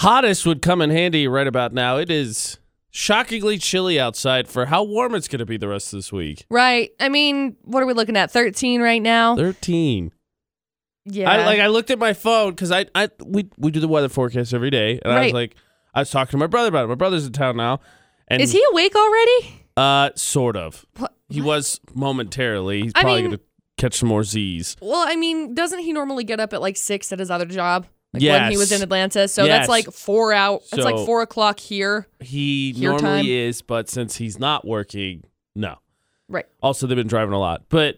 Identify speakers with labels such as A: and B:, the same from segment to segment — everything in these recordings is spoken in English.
A: hottest would come in handy right about now. It is shockingly chilly outside for how warm it's going to be the rest of this week.
B: Right. I mean, what are we looking at? 13 right now?
A: 13.
B: yeah.
A: I like I looked at my phone cuz I I we we do the weather forecast every day and I was
B: Right.
A: like I was talking to my brother about it. My brother's in town now. And
B: Is he awake already?
A: uh sort of.
B: What-
A: He was momentarily. He's
B: I
A: probably
B: mean-
A: going to catch some more Z's.
B: Well, I mean, doesn't he normally get up at like six at his other job? Like when he was
A: Yes.
B: in Atlanta. So
A: Yes.
B: that's like four out. It's
A: So-
B: like four o'clock here.
A: He
B: Your
A: normally
B: time?
A: is, but since he's not working, no.
B: Right.
A: Also, they've been driving a lot. But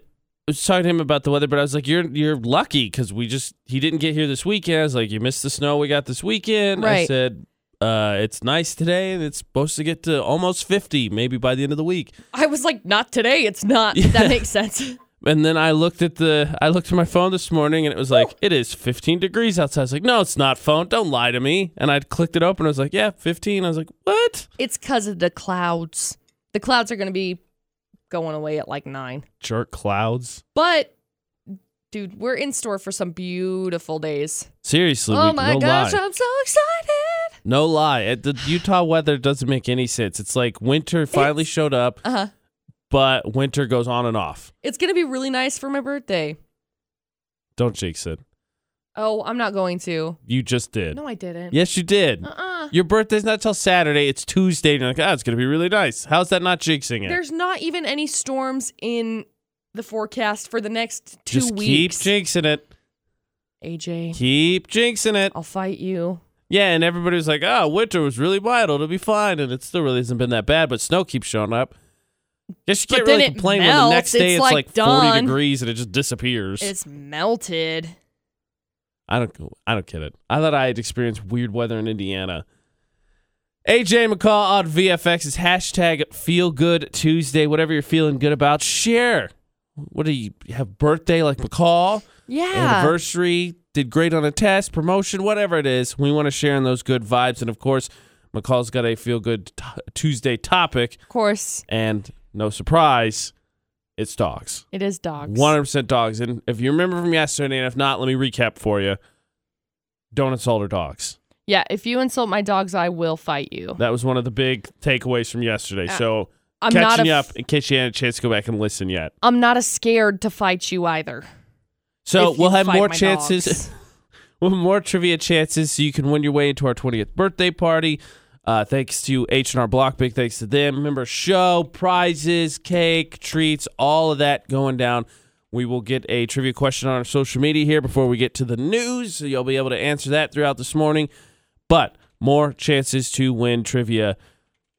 A: I was talking to him about the weather, but I was like, "You're you're lucky because we just he didn't get here this weekend." I was like, "You missed the snow we got this weekend." I
B: Right.
A: said, uh, "It's nice today, and it's supposed to get to almost fifty, maybe by the end of the week."
B: I was like, not today. It's not.
A: Yeah.
B: That makes sense.
A: And then I looked at the I looked at my phone this morning, and it was like, "It is fifteen degrees outside." I was like, "No, it's not, phone. Don't lie to me." And I clicked it open. I was like, "Yeah, 15. I was like, "What?"
B: It's because of the clouds. The clouds are going to be going away at like nine.
A: Jerk clouds.
B: But, dude, we're in store for some beautiful days.
A: Seriously,
B: oh
A: we-
B: my
A: no
B: gosh,
A: lie.
B: I'm so excited.
A: No lie. It- The Utah weather doesn't make any sense. It's like winter finally
B: It's-
A: showed up,
B: Uh huh.
A: but winter goes on and off.
B: It's going to be really nice for my birthday.
A: Don't jinx it.
B: Oh, I'm not going to.
A: You just did.
B: No, I didn't.
A: yes, you did.
B: Uh uh
A: Your birthday's not till Saturday. It's Tuesday. And you're like, ah, it's going to be really nice. How's that not jinxing it?
B: There's not even any storms in the forecast for the next two
A: just
B: weeks.
A: keep jinxing it.
B: AJ,
A: Keep jinxing it.
B: I'll fight you.
A: Yeah, and everybody's like, oh, winter was really wild. It'll be fine. And it still really hasn't been that bad, but snow keeps showing up. Guess you
B: But
A: can't
B: then
A: really
B: it
A: complain when the
B: melts.
A: next day
B: It's
A: it's
B: like
A: like, 40
B: done.
A: degrees and it just disappears.
B: It's melted.
A: I don't I don't get it. I thought I had experienced weird weather in Indiana. AJ McCall on VFX is hashtag feel good Tuesday. Whatever you're feeling good about, share. What do you have birthday like McCall?
B: Yeah.
A: Anniversary, did great on a test, promotion, whatever it is. We want to share in those good vibes. And of course, McCall's got a feel good t- Tuesday topic.
B: Of course,
A: And no surprise, it's dogs.
B: it is dogs.
A: One hundred percent dogs. And if you remember from yesterday, and if not, let me recap for you. Don't insult our dogs.
B: Yeah, if you insult my dogs, I will fight you.
A: That was one of the big takeaways from yesterday.
B: Uh,
A: so
B: I'm not
A: catching
B: a,
A: you up in case you had a chance to go back and listen yet.
B: I'm not a scared to fight you either.
A: So
B: if you
A: we'll have
B: fight
A: more
B: my
A: chances,
B: dogs.
A: we'll have more trivia chances, so you can win your way into our twentieth birthday party. Uh, thanks to H and R Block, big thanks to them. Remember, show prizes, cake, treats, all of that going down. We will get a trivia question on our social media here before we get to the news. So you'll be able to answer that throughout this morning. But more chances to win trivia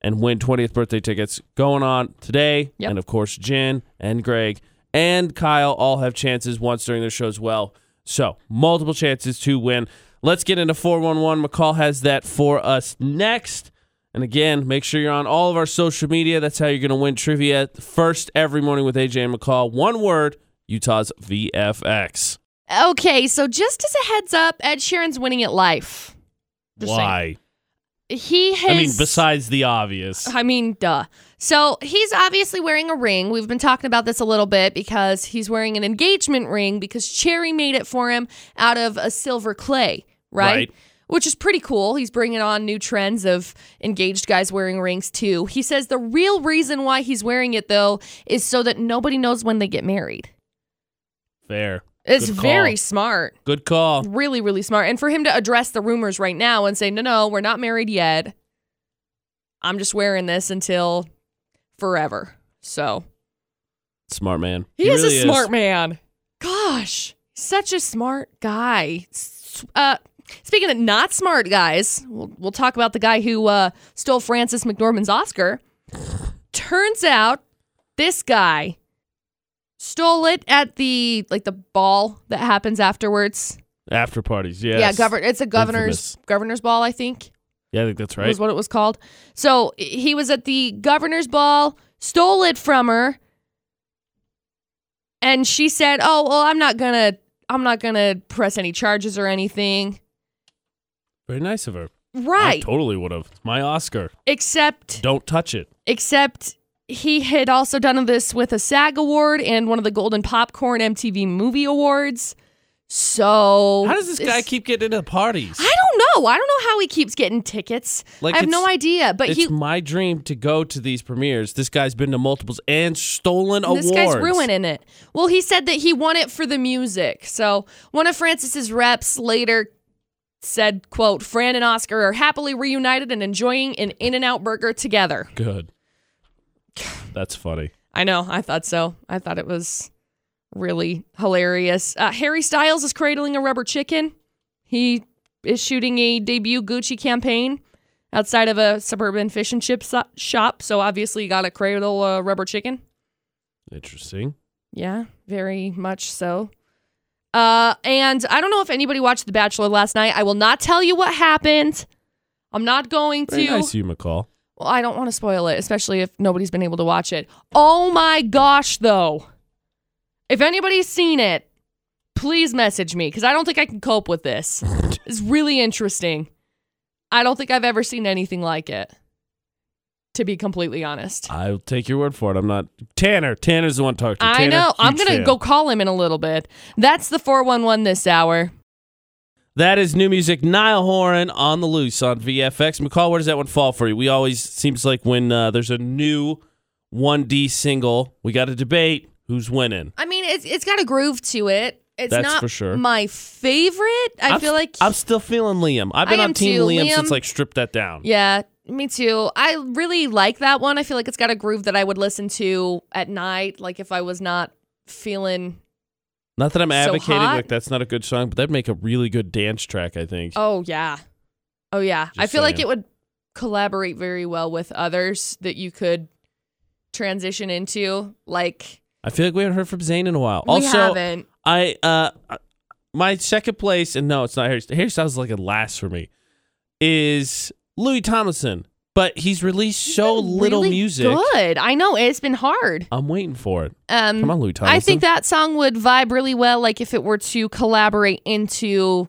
A: and win 20th birthday tickets going on today.
B: Yep.
A: And of course, Jen and Greg and Kyle all have chances once during their show as well. So multiple chances to win. Let's get into 411. McCall has that for us next. And again, make sure you're on all of our social media. That's how you're going to win trivia first every morning with AJ and McCall. One word Utah's VFX.
B: Okay, so just as a heads up, Ed Sheeran's winning at life. Just
A: Why?
B: saying. He has.
A: I mean, besides the obvious.
B: I mean, duh. So he's obviously wearing a ring. We've been talking about this a little bit because he's wearing an engagement ring because Cherry made it for him out of a silver clay, right?
A: Right.
B: Which is pretty cool. He's bringing on new trends of engaged guys wearing rings too. He says the real reason why he's wearing it though is so that nobody knows when they get married.
A: Fair.
B: It's
A: Good call.
B: very smart.
A: Good call.
B: Really, really smart. And for him to address the rumors right now and say, no, no, we're not married yet. I'm just wearing this until forever. So
A: Smart man.
B: he, is
A: really
B: a smart man. Gosh, such a smart guy. S- Uh, speaking of not smart guys, we'll, we'll talk about the guy who uh, stole Francis McDormand's Oscar. Turns out this guy stole it at the like the ball that happens afterwards.
A: After parties, yes.
B: Yeah, govern. It's a governor's
A: Infamous.
B: governor's ball, I think,
A: Yeah, I think that's right.
B: was what it was called. So i- he was at the governor's ball, stole it from her, and she said, "Oh, well, I'm not gonna, I'm not gonna press any charges or anything."
A: Very nice of her. I
B: Right.
A: totally would have. It's my Oscar.
B: except,
A: Don't touch it.
B: except he had also done this with a SAG award and one of the Golden Popcorn MTV Movie Awards. So
A: How does this guy keep getting into parties?
B: I don't know. I don't know how he keeps getting tickets.
A: Like,
B: I have no
A: it's-
B: idea. But
A: it's
B: he
A: my dream to go to these premieres. This guy's been to multiples and stolen awards.
B: This guy's ruining it. Well, he said that he won it for the music. So one of Francis's reps later said, quote, Fran and Oscar are happily reunited and enjoying an in and out burger together.
A: Good. That's funny.
B: I know, I thought so. I thought it was really hilarious. Uh, Harry Styles is cradling a rubber chicken. He is shooting a debut Gucci campaign outside of a suburban fish and chip so- shop. So obviously, you got to cradle a rubber chicken.
A: Interesting.
B: Yeah, very much so. Uh, and I don't know if anybody watched The Bachelor last night. I will not tell you what happened. I'm not going to.
A: Very nice of you, McCall.
B: Well, I don't want to spoil it, especially if nobody's been able to watch it. Oh my gosh, though. If anybody's seen it, please message me because I don't think I can cope with this. it's really interesting. I don't think I've ever seen anything like it, to be completely honest.
A: I'll take your word for it. I'm not Tanner. Tanner's the one talking to.
B: I
A: Tanner,
B: know. I'm
A: huge
B: going to
A: fan.
B: go call him in a little bit. That's the 411 this hour.
A: That is new music. Niall Horan on the loose on VFX. McCall, where does that one fall for you? We always seems like when uh, there's a new 1D single, we got to debate who's winning.
B: I mean, it's it's got a groove to it. It's
A: That's
B: not
A: for sure.
B: my favorite. I
A: I'm-
B: feel like
A: I'm still feeling Liam. I've
B: I
A: been
B: am
A: on Team
B: too.
A: Liam,
B: Liam-
A: since like stripped that down.
B: Yeah, me too. I really like that one. I feel like it's got a groove that I would listen to at night, like if I was not feeling.
A: Not that I'm
B: So
A: advocating
B: hot.
A: like that's not a good song, but that'd make a really good dance track. I think.
B: Oh yeah, oh yeah. I
A: Just
B: feel like
A: saying.
B: it would collaborate very well with others that you could transition into. Like
A: I feel like we haven't heard from Zayn in a while.
B: we
A: also,
B: haven't.
A: I uh my second place and no, it's not Harry. Harry Styles is like a last for me is Louis Tomlinson, but he's released so
B: Been
A: little
B: really
A: music.
B: Good. I know it's been hard.
A: I'm waiting for it.
B: Um,
A: Come on, Louis Tomlinson.
B: I think that song would vibe really well, like if it were to collaborate into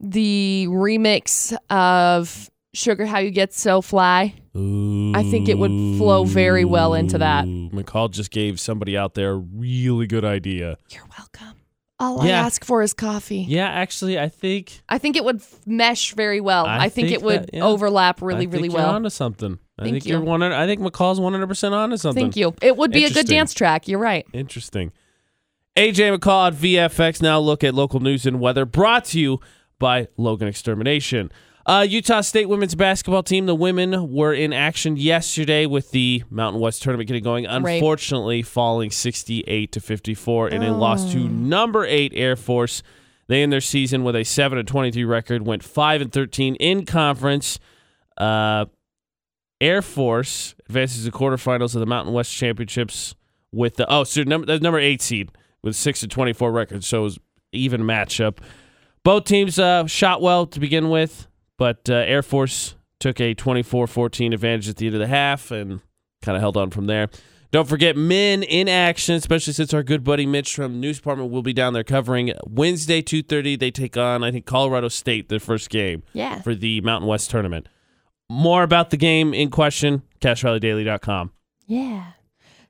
B: the remix of Sugar How You Get So Fly. I think it would flow very well into that.
A: Ooh, McCall just gave somebody out there a really good idea.
B: You're welcome. All
A: Yeah.
B: I ask for is coffee.
A: Yeah, actually, I think
B: I think it would f- mesh very well.
A: I
B: I, think,
A: think
B: it would
A: that- yeah.
B: overlap
A: I
B: really,
A: think
B: really
A: you're
B: well.
A: Onto something. I
B: Thank
A: think you're
B: you.
A: one. I think McCall's 100 percent onto something.
B: Thank you. It would be a good
A: Interesting.
B: dance track. You're right.
A: Interesting. AJ McCall at VFX. Now look at local news and weather brought to you by Logan Extermination. Uh, Utah State women's basketball team. The women were in action yesterday with the Mountain West tournament getting going.
B: Right.
A: Unfortunately, falling 68 to 54 in a loss to number eight Air Force. They end their season with a 7 and 23 record, went 5 and 13 in conference. Uh, Air Force advances to quarterfinals of the Mountain West Championships with the oh, so number the number eight seed with six to twenty four record, so it was even matchup. Both teams uh, shot well to begin with, but uh, Air Force took a 24-14 advantage at the end of the half and kind of held on from there. Don't forget men in action, especially since our good buddy Mitch from News Department will be down there covering Wednesday 2:30. They take on I think Colorado State their first game
B: Yeah.
A: for the Mountain West tournament. More about the game in question, CashValleyDaily.com.
B: Yeah.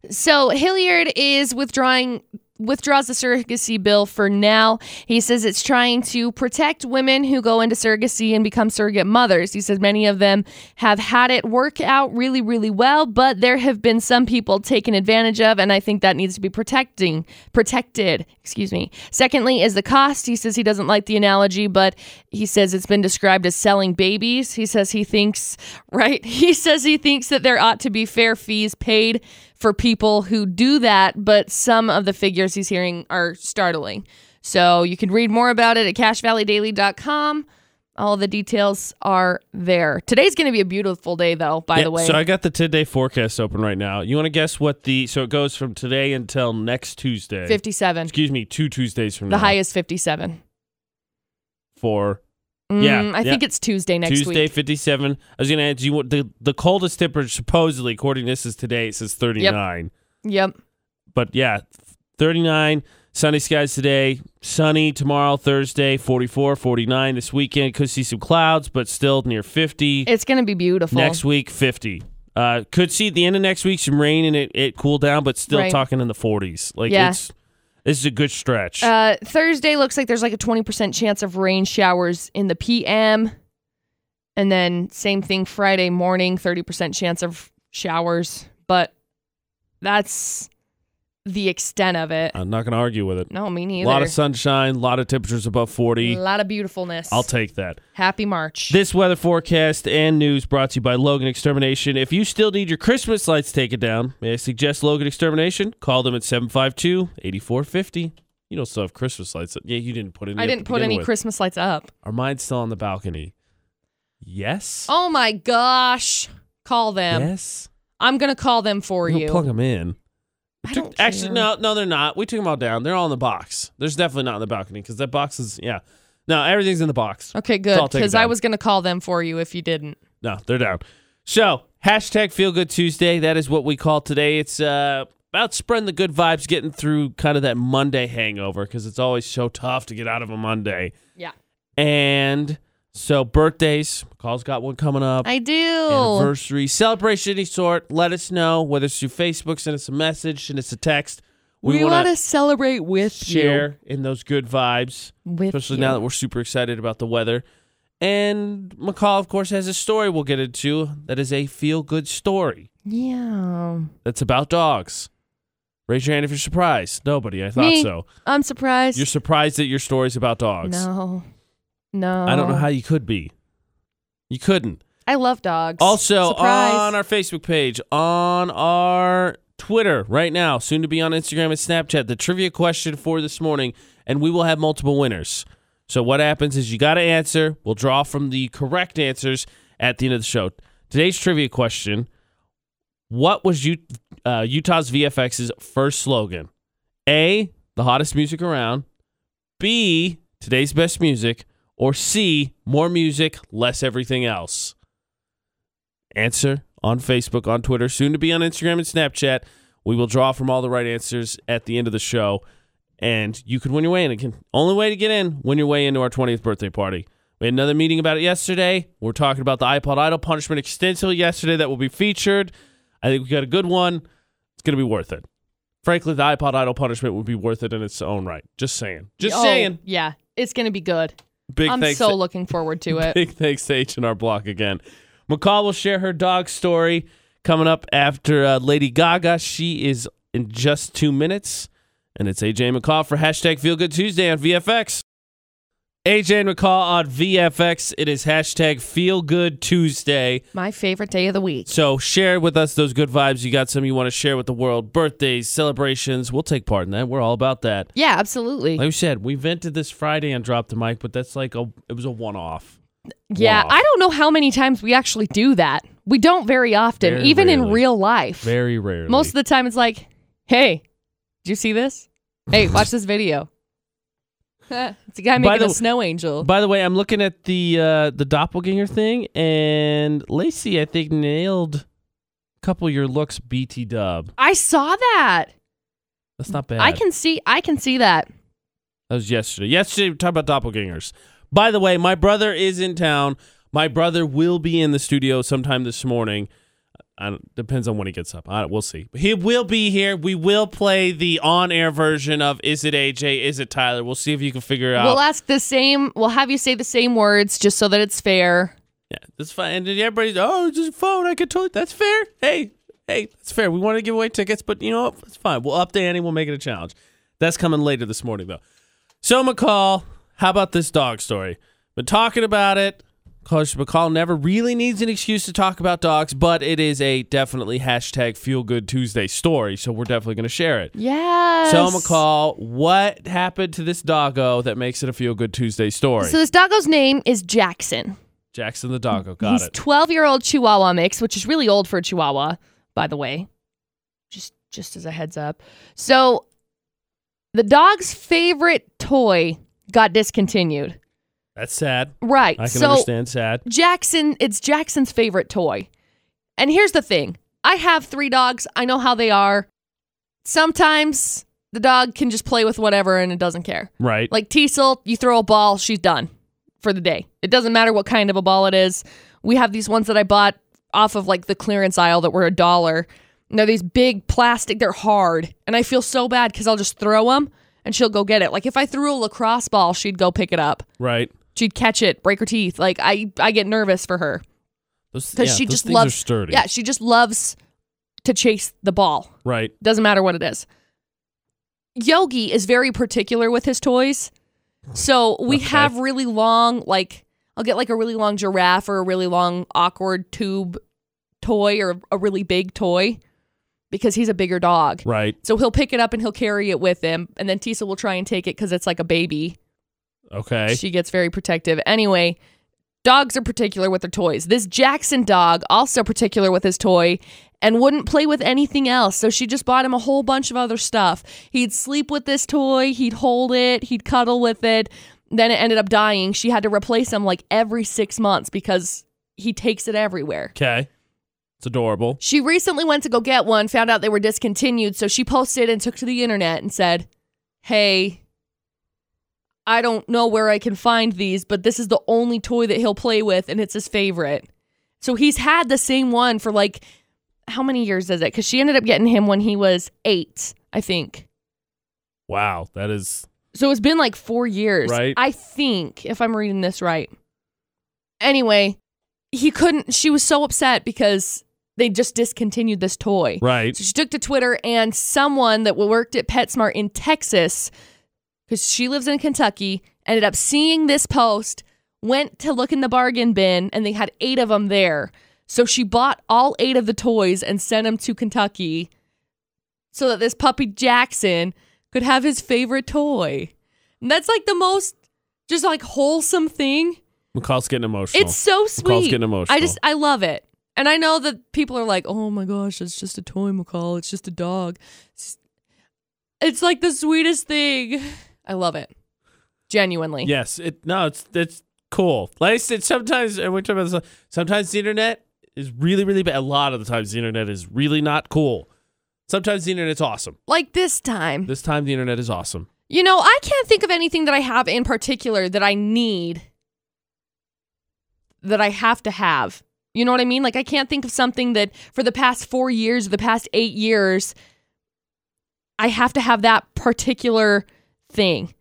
B: So Hilliard is withdrawing withdraws the surrogacy bill for now. He says it's trying to protect women who go into surrogacy and become surrogate mothers. He says many of them have had it work out really really well, but there have been some people taken advantage of and I think that needs to be protecting protected, excuse me. Secondly is the cost. He says he doesn't like the analogy, but he says it's been described as selling babies. He says he thinks right? He says he thinks that there ought to be fair fees paid for people who do that, but some of the figures he's hearing are startling. So you can read more about it at cashvalleydaily.com. All the details are there. Today's going to be a beautiful day, though, by
A: Yeah,
B: the way.
A: So I got the 10 day forecast open right now. You want to guess what the. So it goes from today until next Tuesday.
B: 57.
A: Excuse me, two Tuesdays from
B: The
A: now.
B: highest 57.
A: For
B: Mm,
A: Yeah, yeah.
B: I think it's Tuesday next
A: Tuesday,
B: week.
A: 57. I was going to add, do you want the, the coldest temperature, supposedly, according to this, is today. It says 39.
B: Yep.
A: But yeah, 39. Sunny skies today. Sunny tomorrow, Thursday, 44, 49. This weekend, could see some clouds, but still near 50.
B: It's going to be beautiful.
A: Next week, 50. Uh, could see at the end of next week some rain and it, it cool down, but still
B: Right.
A: talking in the 40s. Like
B: Yeah.
A: it's This is a good stretch.
B: Uh, Thursday looks like there's like a 20% chance of rain showers in the PM. And then same thing Friday morning, 30% chance of showers. But that's the extent of it.
A: I'm not going to argue with it.
B: No, me
A: A
B: neither.
A: lot of sunshine, a lot of temperatures above 40.
B: Lot of beautifulness.
A: I'll take that.
B: Happy March.
A: This weather forecast and news brought to you by Logan Extermination. If you still need your Christmas lights taken down, may I suggest Logan Extermination? Call them at 752 8450. You don't still have Christmas lights. up. Yeah, you didn't put any.
B: I
A: up
B: didn't
A: to
B: put
A: begin
B: any
A: with.
B: Christmas lights up.
A: Are mine still on the balcony? Yes.
B: Oh my gosh. Call them.
A: yes.
B: I'm going to call them for
A: We'll
B: you.
A: plug them in.
B: I
A: Took-
B: don't
A: Actually,
B: care.
A: no, no, they're not. We took them all down. They're all in the box. There's definitely not on the balcony because that box is, yeah. No, everything's in the box.
B: Okay,
A: So
B: good.
A: I'll take it
B: Because I
A: down.
B: was going to call them for you if you didn't.
A: No, they're down. So hashtag Feel Good Tuesday. That is what we call today. It's uh, about spreading the good vibes, getting through kind of that Monday hangover because it's always so tough to get out of a Monday.
B: Yeah.
A: And so birthdays, Carl's got one coming up.
B: I do.
A: Anniversary celebration, of any sort. Let us know whether it's through Facebook, send us a message, send us a text.
B: We,
A: wanna
B: want to celebrate with you.
A: share in those good vibes
B: With
A: especially
B: you.
A: now that we're super excited about the weather. And McCall, of course, has a story we'll get into that is a feel good story
B: Yeah.
A: that's about dogs. Raise your hand if you're surprised. Nobody, I thought
B: Me.
A: so.
B: I'm surprised.
A: You're surprised that your story's about dogs.
B: No. No.
A: I don't know how you could be. You couldn't.
B: I love dogs.
A: Also,
B: Surprise.
A: on our Facebook page, on our Twitter right now, soon to be on Instagram and Snapchat, the trivia question for this morning, and we will have multiple winners. So, what happens is you got to answer. We'll draw from the correct answers at the end of the show. Today's trivia question What was U- uh, Utah's VFX's first slogan? A, the hottest music around. B, today's best music. Or C, more music, less everything else answer on Facebook, on Twitter, soon to be on Instagram and Snapchat. We will draw from all the right answers at the end of the show, and you can win your way in. Again, only way to get in, win your way into our 20th birthday party. We had another meeting about it yesterday. We are talking about the iPod Idol punishment extensively yesterday that will be featured. I think we got a good one. It's going to be worth it. Frankly, the iPod Idol punishment would be worth it in its own right. Just saying. Just
B: Oh,
A: saying.
B: Yeah. It's going to be good.
A: Big
B: I'm
A: thanks
B: so
A: to
B: looking forward to it.
A: Big thanks to H&R Block again. McCall will share her dog story coming up after uh, Lady Gaga. She is in just two minutes. And it's AJ McCall for hashtag Feel Good Tuesday on VFX. AJ and McCall on VFX. It is hashtag Feel Good Tuesday.
B: My favorite day of the week.
A: So share with us those good vibes. You got some you want to share with the world. Birthdays, celebrations. We'll take part in that. We're all about that.
B: Yeah, absolutely.
A: Like we said, we vented this Friday and dropped the mic, but that's like a it was a one off.
B: yeah.
A: wow.
B: I don't know how many times we actually do that. We don't very often,
A: Very
B: even in
A: rarely.
B: real life.
A: Very rarely.
B: Most of the time, it's like, hey, did you see this? Hey, watch this video. it's a guy
A: By
B: making a
A: the-
B: snow angel.
A: By the way, I'm looking at the uh, the doppelganger thing, and Lacey, I think, nailed a couple of your looks. BT Dub,
B: I saw that.
A: that's not bad.
B: I can see. I can see that.
A: That was yesterday. Yesterday, we were talking about doppelgangers. By the way, my brother is in town. My brother will be in the studio sometime this morning. I don't, depends on when he gets up. I, we'll see. He will be here. We will play the on-air version of "Is it AJ? Is it Tyler?" We'll see if you can figure out.
B: We'll ask the same. We'll have you say the same words just so that it's fair.
A: Yeah, that's fine. And then everybody's, oh, it's just a phone. I could totally. That's fair. Hey, hey, that's fair. We want to give away tickets, but you know what? It's fine. We'll up the ante. We'll make it a challenge. That's coming later this morning, though. So, McCall, how about this dog story? Been talking about it. Coach McCall never really needs an excuse to talk about dogs, but it is a definitely hashtag feel good Tuesday story. So, we're definitely going to share it.
B: Yes.
A: So, McCall, what happened to this doggo that makes it a feel good Tuesday story?
B: So this doggo's name is Jackson.
A: Jackson the doggo. Got
B: He's
A: it.
B: 12 year old Chihuahua mix, which is really old for a Chihuahua, by the way. Just just as a heads up. So the dog's favorite toy got discontinued.
A: That's sad.
B: Right.
A: I can
B: so
A: understand sad.
B: Jackson, it's Jackson's favorite toy. And here's the thing I have three dogs, I know how they are. Sometimes the dog can just play with whatever and it doesn't care.
A: Right.
B: Like Teasel, you throw a ball, she's done for the day. It doesn't matter what kind of a ball it is. We have these ones that I bought off of like the clearance aisle that were a dollar. And they're these big plastic, they're hard. And I feel so bad because I'll just throw them and she'll go get it. Like if I threw a lacrosse ball, she'd go pick it up.
A: Right.
B: She'd catch it, break her teeth. Like I, I get nervous for her
A: Because
B: because she just loves
A: sturdy.
B: Yeah, she just loves to chase the ball.
A: Right.
B: Doesn't matter what it is. Yogi is very particular with his toys. So we
A: Okay.
B: have really long, like, I'll get like a really long giraffe or a really long, awkward tube toy or a really big toy because he's a bigger dog.
A: Right.
B: So he'll pick it up and he'll carry it with him. And then Tisa will try and take it because it's like a baby.
A: Okay.
B: She gets very protective. Anyway, dogs are particular with their toys. This Jackson dog, also particular with his toy, and wouldn't play with anything else. So she just bought him a whole bunch of other stuff. He'd sleep with this toy, he'd hold it, he'd cuddle with it. Then it ended up dying. She had to replace him like every six months because he takes it everywhere.
A: okay. It's adorable.
B: She recently went to go get one, found out they were discontinued, so she posted and took to the internet and said, Hey, I don't know where I can find these, but this is the only toy that he'll play with, and it's his favorite. So he's had the same one for like, how many years is it? Because she ended up getting him when he was eight, I think.
A: Wow. That is
B: So it's been like four years.
A: Right.
B: I think, if I'm reading this right. Anyway, he couldn't, she was so upset because they just discontinued this toy.
A: right.
B: So she took to Twitter, and someone that worked at PetSmart in Texas, because she lives in Kentucky, ended up seeing this post, went to look in the bargain bin, and they had eight of them there. So she bought all eight of the toys and sent them to Kentucky so that this puppy Jackson could have his favorite toy. And that's like the most just like wholesome thing.
A: McCall's getting emotional.
B: It's so sweet.
A: getting emotional.
B: I just I love it. And I know that people are like, "Oh my gosh, it's just a toy, McCall. It's just a dog." It's, it's like the sweetest thing. I love it. Genuinely.
A: yes. It no. It's it's cool. Like I said, sometimes and we talk about this, sometimes the internet is really really bad. A lot of the times the internet is really not cool. Sometimes the internet's awesome.
B: Like this time.
A: This time the internet is awesome.
B: You know, I can't think of anything that I have in particular that I need that I have to have. You know what I mean? Like I can't think of something that for the past 4 years or the past 8 years I have to have that particular thing.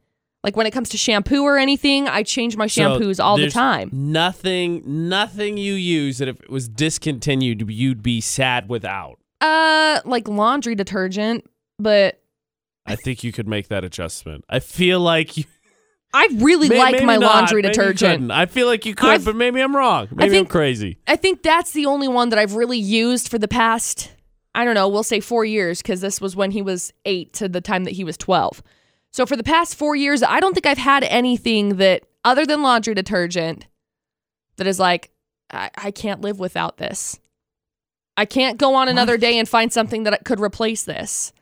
B: Like when it comes to shampoo or anything, I change my
A: So
B: shampoos all the
A: there's
B: time.
A: Nothing, nothing you use that if it was discontinued, you'd be sad without.
B: Uh like laundry detergent, but
A: I think you could make that adjustment. I feel like you
B: I really
A: May-
B: like
A: maybe
B: my
A: not.
B: laundry
A: Maybe you
B: detergent.
A: couldn't. I feel like you could,
B: I've-
A: but maybe I'm wrong. Maybe
B: think-
A: I'm crazy.
B: I think that's the only one that I've really used for the past, I don't know, we'll say four years, because this was when he was eight to the time that he was 12. So for the past four years, I don't think I've had anything that, other than laundry detergent, that is like, I, I can't live without this. I can't go on another day and find something that could replace this.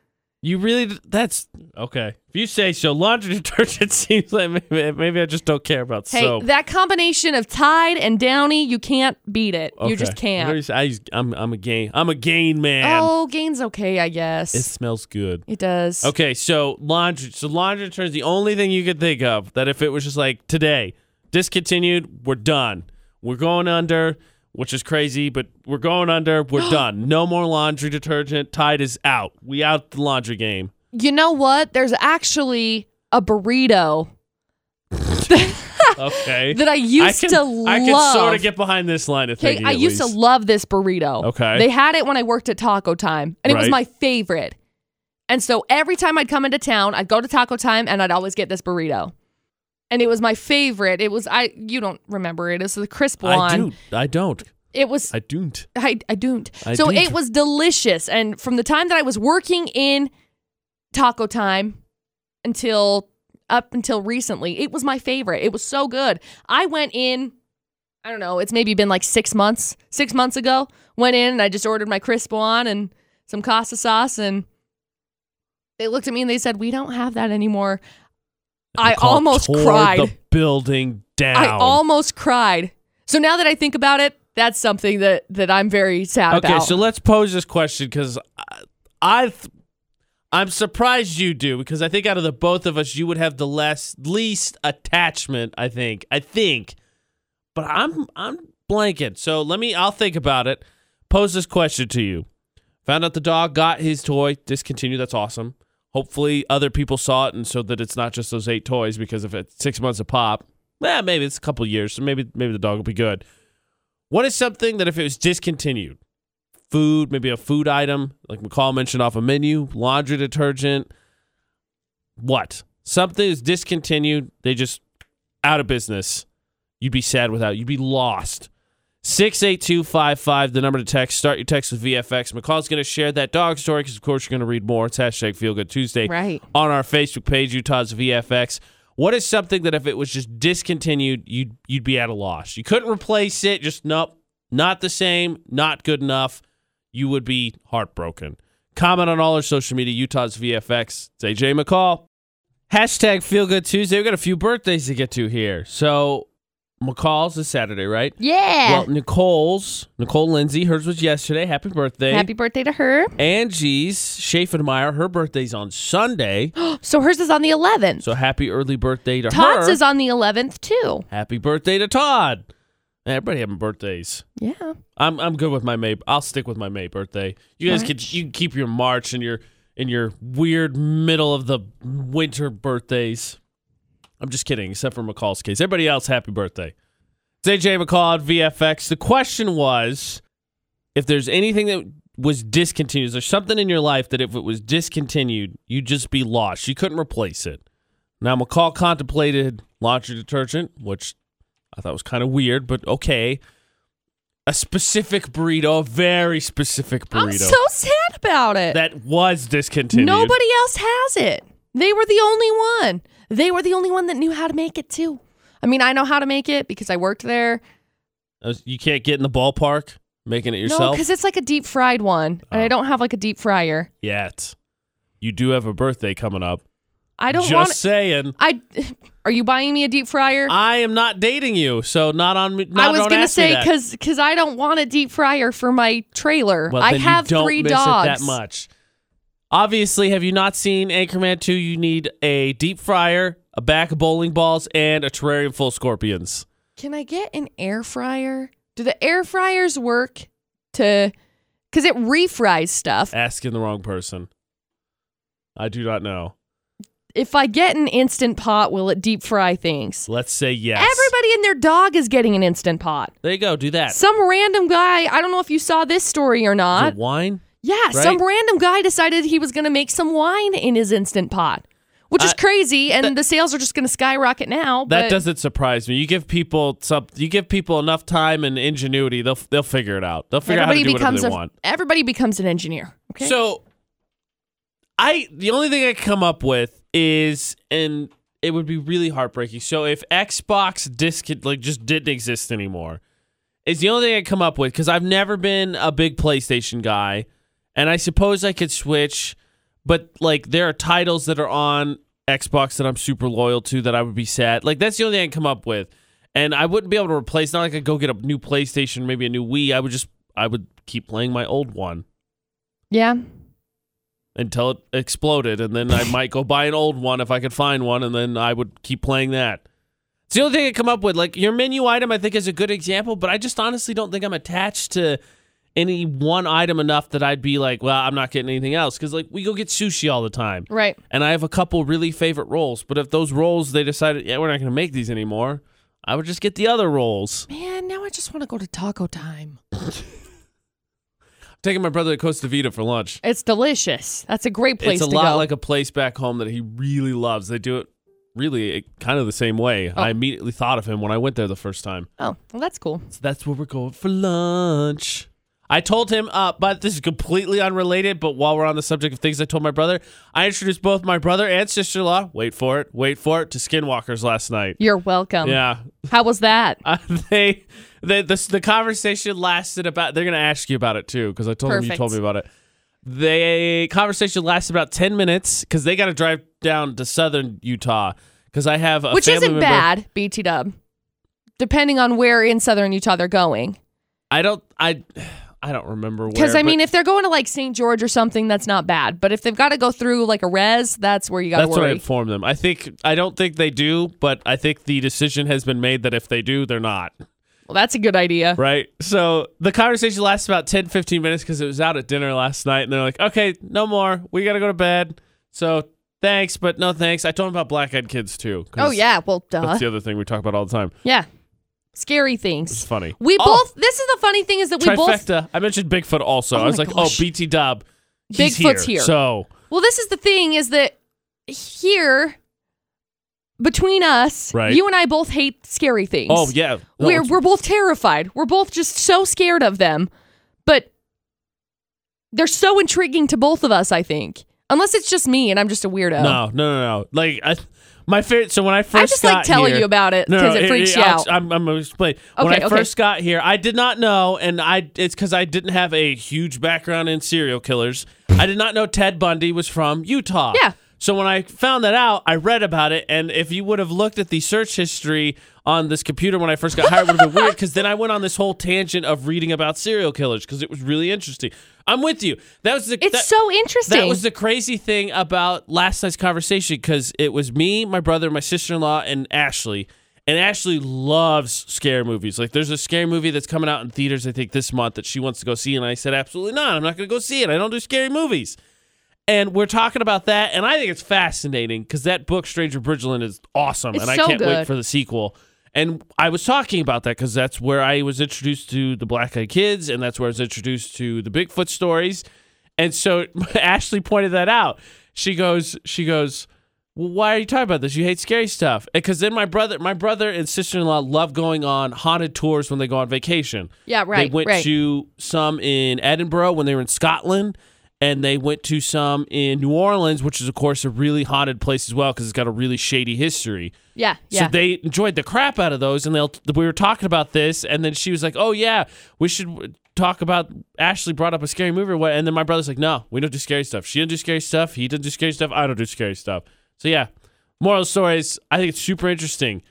A: You really? d- That's okay. If you say so, laundry detergent seems like maybe, maybe I just don't care about
B: Hey,
A: soap.
B: that combination of Tide and Downy, you can't beat it. You just
A: Okay.
B: can't.
A: What do you say? I use, I'm I'm a gain. I'm a gain man.
B: Oh, Gain's okay, I guess.
A: It smells good.
B: it does.
A: Okay, so laundry. So laundry detergent is the only thing you could think of that if it was just like today discontinued, we're done. We're going under, which is crazy, but we're going under. We're done. No more laundry detergent. Tide is out. We out the laundry game.
B: You know what? There's actually a burrito
A: Okay.
B: that I used
A: I can,
B: to love.
A: I can sort of get behind this line of
B: Okay,
A: thinking.
B: I
A: at
B: used to
A: least.
B: love this burrito.
A: Okay.
B: They had it when I worked at Taco Time, and it was
A: Right.
B: my favorite. And so every time I'd come into town, I'd go to Taco Time and I'd always get this burrito. And it was my favorite. It was I you don't remember it. It's the crisp one.
A: I do. I don't.
B: It was
A: I don't.
B: I, I don't.
A: I
B: so
A: don't.
B: it was delicious. And from the time that I was working in Taco Time until up until recently, it was my favorite. It was so good. I went in, I don't know, it's maybe been like six months, six months ago. Went in and I just ordered my crisp one and some casa sauce. And they looked at me and they said, We don't have that anymore. I
A: Call
B: almost
A: tore
B: cried.
A: The building down.
B: I almost cried. So now that I think about it, that's something that, that I'm very sad
A: okay,
B: about.
A: so let's pose this question because I, I th- I'm surprised you do because I think out of the both of us, you would have the less least attachment. I think. I think, but I'm I'm blanking. So let me. I'll think about it. Pose this question to you. Found out the dog got his toy discontinued. That's awesome. Hopefully, other people saw it, and so that it's not just those eight toys. Because if it's six months a pop, well, maybe it's a couple years, so maybe maybe the dog will be good. What is something that if it was discontinued, food, maybe a food item, like McCall mentioned off a menu, laundry detergent, what something is discontinued, they just out of business. You'd be sad without. You'd be lost. 68255, the number to text. Start your text with VFX. McCall's going to share that dog story because, of course, you're going to read more. It's hashtag Feel Good Tuesday
B: Right.
A: on our Facebook page, Utah's VFX. What is something that if it was just discontinued, you'd you'd be at a loss? You couldn't replace it. Just nope, not the same, not good enough. You would be heartbroken. Comment on all our social media, Utah's VFX. It's AJ McCall. Hashtag Feel Good Tuesday. We've got a few birthdays to get to here. So McCall's is Saturday, right?
B: Yeah.
A: Well, Nicole's, Nicole Lindsay, hers was yesterday. Happy birthday.
B: Happy birthday to her.
A: Angie's, Schaeffenmeyer, her birthday's on Sunday.
B: So hers is on the 11th.
A: So happy early birthday to
B: Todd's
A: her.
B: is on the 11th too.
A: happy birthday to Todd. Man, Everybody having birthdays.
B: Yeah.
A: I'm I'm good with my May. I'll stick with my May birthday. You guys could
B: March.
A: you can keep your March and your and your weird middle of the winter birthdays. I'm just kidding, except for McCall's case. Everybody else, happy birthday. It's AJ McCall at VFX. The question was if there's anything that was discontinued, is there something in your life that if it was discontinued, you'd just be lost? You couldn't replace it. Now, McCall contemplated laundry detergent, which I thought was kind of weird, but okay. A specific burrito, a very specific burrito
B: I'm so sad about it.
A: that was discontinued.
B: Nobody else has it. They were the only one. They were the only one that knew how to make it too. I mean, I know how to make it because I worked there.
A: Uh, You can't get in the ballpark making it
B: No,
A: yourself Oh.
B: because it's like a deep fried one, and I don't have like a deep fryer.
A: yet. You do have a birthday coming up.
B: I don't
A: Just
B: want.
A: saying.
B: I are you buying me a deep fryer?
A: I am not dating you, so not on me. Not,
B: I was
A: don't
B: gonna
A: ask me
B: say
A: that.
B: because I don't want a deep fryer for my trailer.
A: Well,
B: I
A: then
B: have
A: you don't
B: three
A: miss
B: dogs.
A: It that much. Obviously, have you not seen Anchorman 2? You need a deep fryer, a bag of bowling balls, and a terrarium full of scorpions.
B: Can I get an air fryer? Do the air fryers work to? Because it refries stuff.
A: Asking the wrong person. I do not know.
B: If I get an instant pot, will it deep fry things?
A: Let's say yes.
B: Everybody and their dog is getting an instant pot.
A: there you go. Do that. Is
B: Some random guy, I don't know if you saw this story or
A: it
B: not.
A: wine?
B: Yeah, some random guy decided he was going to make some wine in his instant pot, which is
A: Uh,
B: crazy. And the sales are just going to skyrocket now.
A: That
B: but
A: doesn't surprise me. You give people some, you give people enough time and ingenuity, they'll they'll figure it out. They'll figure out how to
B: everybody
A: do whatever
B: becomes
A: they
B: a,
A: want.
B: everybody becomes an engineer. Okay,
A: So, I the only thing I could come up with is, and it would be really heartbreaking. So if Xbox disc like just didn't exist anymore, is the only thing I could come up with because I've never been a big PlayStation guy, and I suppose I could switch, but like there are titles that are on Xbox that I'm super loyal to that I would be sad. Like that's the only thing I can come up with. And I wouldn't be able to replace not like I go get a new PlayStation, maybe a new Wii. I would just I would keep playing my old one
B: yeah,
A: until it exploded, and then I might go buy an old one if I could find one, and then I would keep playing that. It's the only thing I come up with. Like your menu item, I think is a good example, but I just honestly don't think I'm attached to any one item enough that I'd be like, well, I'm not getting anything else because like we go get sushi all the time,
B: right.
A: and I have a couple really favorite rolls. But if those rolls they decided, yeah, we're not going to make these anymore, I would just get the other rolls.
B: Man, now I just want to go to Taco Time.
A: I'm taking my brother to Costa Vida for lunch.
B: It's delicious. That's a great place
A: it's a
B: to
A: lot
B: go.
A: like a place back home that he really loves. They do it really eh, kind of the same way. I immediately thought of him when I went there the first time.
B: oh, well, that's cool.
A: So that's where we're going for lunch. I told him, uh, but this is completely unrelated. But while we're on the subject of things I told my brother, I introduced both my brother and sister in law, wait for it, wait for it, to Skinwalkers last night.
B: You're welcome.
A: Yeah.
B: How was that?
A: Uh, they, they the, the conversation lasted about they're gonna ask you about it too because i told them you
B: Perfect.
A: told me about it they conversation lasted about 10 minutes because they gotta drive down to southern utah because i have a
B: Which
A: family
B: isn't
A: member-
B: bad, BT Dub. Depending on where in southern Utah they're going.
A: i don't i i don't remember
B: Because,
A: where,
B: I
A: but
B: mean, if they're going to like St. George or something, that's not bad. But if they've got to go through like a res, that's where you got to
A: that's what i
B: worry.
A: informed them i think i don't think they do but i think the decision has been made that if they do they're not
B: Well, that's a good idea. Oh,
A: Right. So the conversation lasts about 10, 15 minutes because it was out at dinner last night. And they're like, okay, no more. We got to go to bed. So thanks, but no thanks. I told him about black eyed kids too. 'cause
B: Oh yeah, well duh.
A: That's the other thing we talk about all the time.
B: Yeah. Scary
A: It's
B: things.
A: funny.
B: We
A: Oh,
B: both this is the funny thing is that we both
A: trifecta. I mentioned Bigfoot also.
B: Oh
A: I was
B: my
A: like,
B: gosh.
A: oh, BT Dub. he's
B: Bigfoot's
A: here.
B: here.
A: So
B: Well, this is the thing is that here between us,
A: Right.
B: you and I both hate scary things.
A: oh yeah, No,
B: we're
A: it's-
B: we're both terrified. We're both just so scared of them. But they're so intriguing to both of us, I think. Unless it's just me and I'm just a weirdo.
A: no, no, no, no. Like I, my favorite. So when I first
B: I just
A: got
B: like telling
A: here-
B: you about it
A: No,
B: because
A: no,
B: it, freaks you
A: I'll-
B: out.
A: I'm, I'm gonna explain. when I
B: Okay, okay.
A: first got here, I did not know, and I it's because I didn't have a huge background in serial killers. I did not know Ted Bundy was from Utah.
B: Yeah.
A: So when I found that out, I read about it, and if you would have looked at the search history on this computer when I first got hired, it would have been weird because then I went on this whole tangent of reading about serial killers because it was really interesting. I'm with you. That was the
B: it's
A: that-
B: so interesting.
A: that was the crazy thing about last night's conversation because it was me, my brother, my sister in law, and Ashley. And Ashley loves scare movies. Like, there's a scary movie that's coming out in theaters, I think, this month that she wants to go see. And I said, absolutely not. I'm not going to go see it. I don't do scary movies. And we're talking about that. And I think it's fascinating because that book, Stranger Bridgeland, is awesome.
B: It's
A: and I
B: so
A: can't wait
B: good.
A: for the sequel. And I was talking about that because that's where I was introduced to the Black Eyed Kids, and that's where I was introduced to the Bigfoot stories. And so Ashley pointed that out. She goes, she goes, well, why are you talking about this? You hate scary stuff. Because then my brother, my brother and sister in law love going on haunted tours when they go on vacation.
B: Yeah, right,
A: They went
B: right.
A: to some in Edinburgh when they were in Scotland, and they went to some in New Orleans, which is of course a really haunted place as well because it's got a really shady history.
B: yeah, yeah.
A: So they enjoyed the crap out of those, and they'll. We were talking about this, and then she was like, "Oh yeah, we should w- talk about." Ashley brought up a scary movie, or what? And then my brother's like, "No, we don't do scary stuff. She doesn't do scary stuff. He doesn't do scary stuff. I don't do scary stuff." So yeah, moral stories. I think it's super interesting.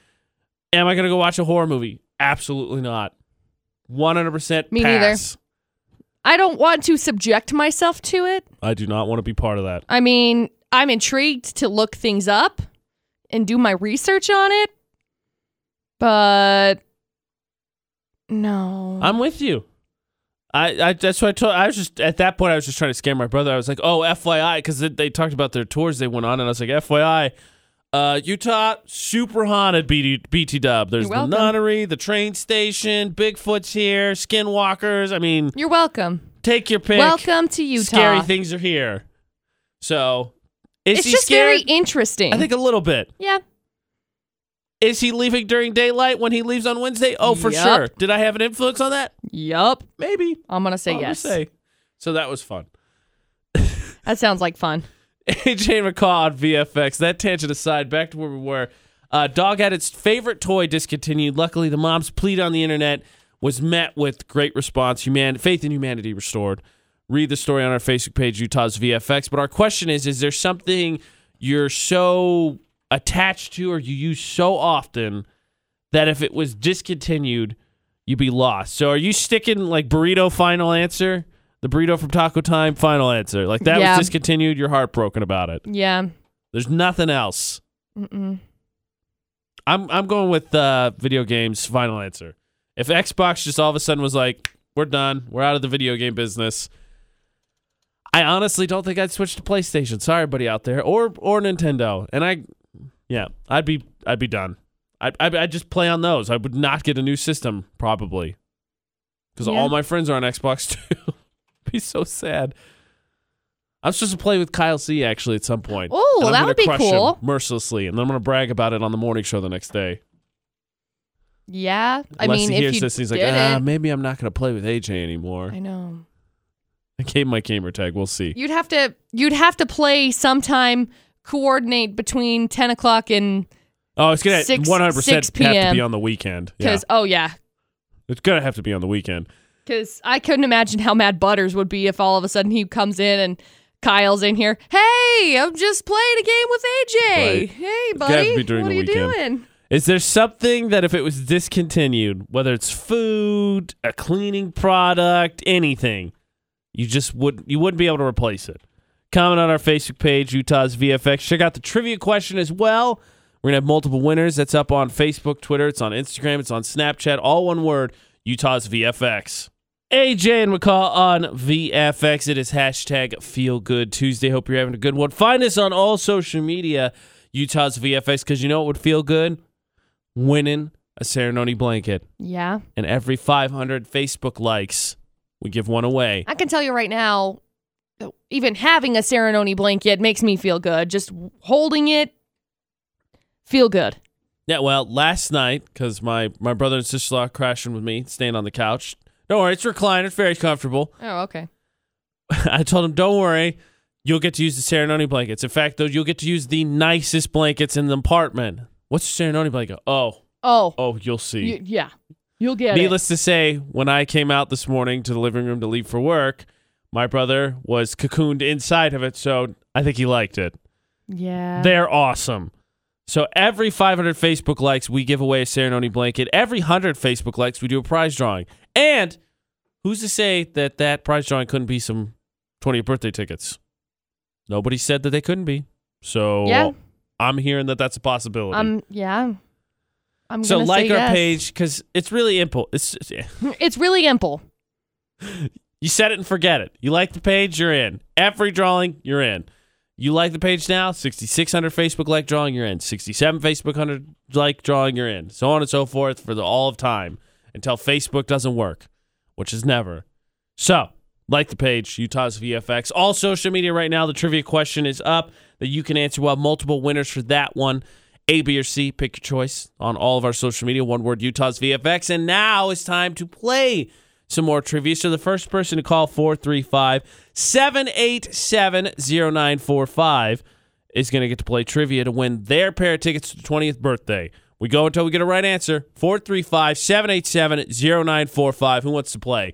A: Am I gonna go watch a horror movie? Absolutely not. One hundred percent.
B: Me neither. I don't want to subject myself to it.
A: I do not want to be part of that.
B: I mean, I'm intrigued to look things up and do my research on it, but no.
A: I'm with you. I, I that's what I told. I was just at that point. I was just trying to scare my brother. I was like, "Oh, FYI," because they, they talked about their tours they went on, and I was like, "FYI, uh, Utah super haunted BT, BT Dub. There's
B: You're
A: the
B: welcome.
A: nunnery, the train station, Bigfoot's here, skinwalkers. I mean,
B: You're welcome.
A: take your pick.
B: Welcome to Utah.
A: Scary things are here. So, is
B: it's
A: he
B: just
A: scared?
B: very interesting.
A: I think a little bit.
B: yeah.
A: Is he leaving during daylight when he leaves on Wednesday? Oh, for
B: Yup.
A: sure. Did I have an influence on that?
B: Yup.
A: Maybe.
B: I'm gonna say
A: I'll
B: yes.
A: just Oh, say. So that was fun.
B: That sounds like fun.
A: AJ McCall on VFX. That tangent aside, back to where we were. Uh, dog had its favorite toy discontinued. Luckily, the mom's plea on the internet was met with great response. Human- faith in humanity restored. Read the story on our Facebook page, Utah's VFX. But our question is: Is there something you're so attached to, or you use so often that if it was discontinued, you'd be lost? So, are you sticking like burrito? Final answer: the burrito from Taco Time. Final answer: like that
B: Yeah.
A: was discontinued. You're heartbroken about it.
B: Yeah.
A: There's nothing else.
B: Mm-mm.
A: I'm I'm going with uh, video games. Final answer. If Xbox just all of a sudden was like, we're done, we're out of the video game business. I honestly don't think I'd switch to PlayStation. Sorry, buddy out there, or or Nintendo. And I, yeah, I'd be I'd be done. I I I'd just play on those. I would not get a new system probably, because
B: Yeah.
A: all my friends are on Xbox too. be so sad. I'm supposed to play with Kyle C actually at some point.
B: Oh,
A: And I'm
B: that
A: gonna
B: would be
A: crush
B: cool.
A: him mercilessly, and then I'm gonna brag about it on the morning show the next day.
B: Yeah. I
A: Unless
B: mean,
A: he
B: if
A: hears
B: you
A: this, he's like,
B: did
A: ah,
B: it-
A: maybe I'm not gonna play with AJ anymore.
B: I know.
A: I gave my gamer tag. We'll see.
B: You'd have to. You'd have to play sometime. Coordinate between 10 o'clock and
A: Oh, it's gonna
B: Six-
A: 100
B: 6
A: percent have to
B: PM.
A: be on the weekend. Yeah,
B: because oh yeah,
A: it's gonna have to be on the weekend.
B: Because I couldn't imagine how mad Butters would be if all of a sudden he comes in and Kyle's in here. Hey, I'm just playing a game with AJ.
A: Right.
B: Hey,
A: gotta
B: buddy,
A: be during
B: what are
A: the
B: you
A: weekend.
B: doing?
A: Is there something that if it was discontinued, whether it's food, a cleaning product, anything, you just would you wouldn't be able to replace it? Comment on our Facebook page, Utah's VFX. Check out the trivia question as well. We're gonna have multiple winners. That's up on Facebook, Twitter, it's on Instagram, it's on Snapchat, all one word, Utah's VFX. AJ and McCall on VFX. It is hashtag Feel Good Tuesday. Hope you're having a good one. Find us on all social media, Utah's VFX, because you know what would feel good? Winning a ceremony blanket.
B: Yeah.
A: And every 500 Facebook likes, we give one away.
B: I can tell you right now, even having a Serenoni blanket makes me feel good. Just holding it, feel good.
A: Yeah, well, last night, because my, my brother and sister in law crashing with me, staying on the couch. Don't worry, it's reclined, it's very comfortable.
B: Oh, okay.
A: I told him, don't worry, you'll get to use the Serenoni blankets. In fact, though, you'll get to use the nicest blankets in the apartment. What's your Serenoni blanket? Oh,
B: Oh,
A: oh, you'll see.
B: y- yeah. You'll get it.
A: Needless to say, when I came out this morning to the living room to leave for work, my brother was cocooned inside of it, so I think he liked it.
B: Yeah.
A: They're awesome. So every 500 Facebook likes, we give away a Serenoni blanket. Every 100 Facebook likes, we do a prize drawing. And who's to say that that prize drawing couldn't be some 20th birthday tickets? Nobody said that they couldn't be. So
B: Yeah.
A: I'm hearing that that's a possibility.
B: Um. Yeah. I'm
A: so
B: gonna
A: like
B: say
A: our
B: yes.
A: page because it's really impo. It's
B: It's really ample.
A: you set it and forget it. You like the page, you're in. Every drawing, you're in. You like the page now, 6,600 Facebook like drawing, you're in. 67 Facebook 100 like drawing, you're in. So on and so forth for the all of time until Facebook doesn't work, which is never. So like the page, Utah's VFX. All social media right now, the trivia question is up that you can answer. We'll have multiple winners for that one. A, B, or C, pick your choice on all of our social media. One word, Utah's VFX. And now it's time to play some more trivia. So the first person to call 435 787 0945 is going to get to play trivia to win their pair of tickets to the 20th birthday. We go until we get a right answer 435 787 0945. Who wants to play?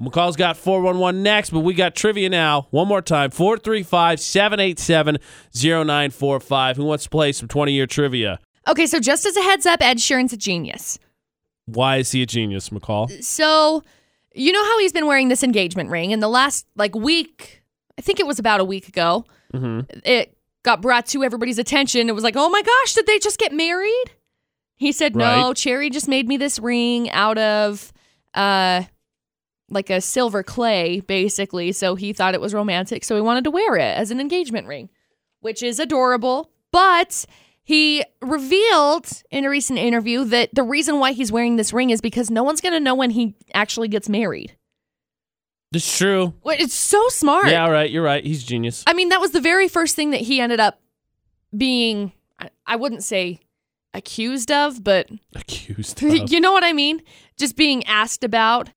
A: McCall's got 411 next, but we got trivia now. One more time 435 787 0945. Who wants to play some 20 year trivia?
B: Okay. So just as a heads up, Ed Sheeran's a genius.
A: Why is he a genius, McCall?
B: So you know how he's been wearing this engagement ring in the last like week. I think it was about a week ago. It got brought to everybody's attention. It was like, oh my gosh, did they just get married? He said, no.
A: Right.
B: Cherry just made me this ring out of uh like a silver clay, basically. So he thought it was romantic. So he wanted to wear it as an engagement ring, which is adorable. But he revealed in a recent interview that the reason why he's wearing this ring is because no one's going to know when he actually gets married.
A: It's true.
B: Wait, It's so smart.
A: Yeah, all right. You're right. He's a genius.
B: I mean, that was the very first thing that he ended up being, I- I wouldn't say accused of, but
A: Accused. of.
B: you know what I mean? Just being asked about.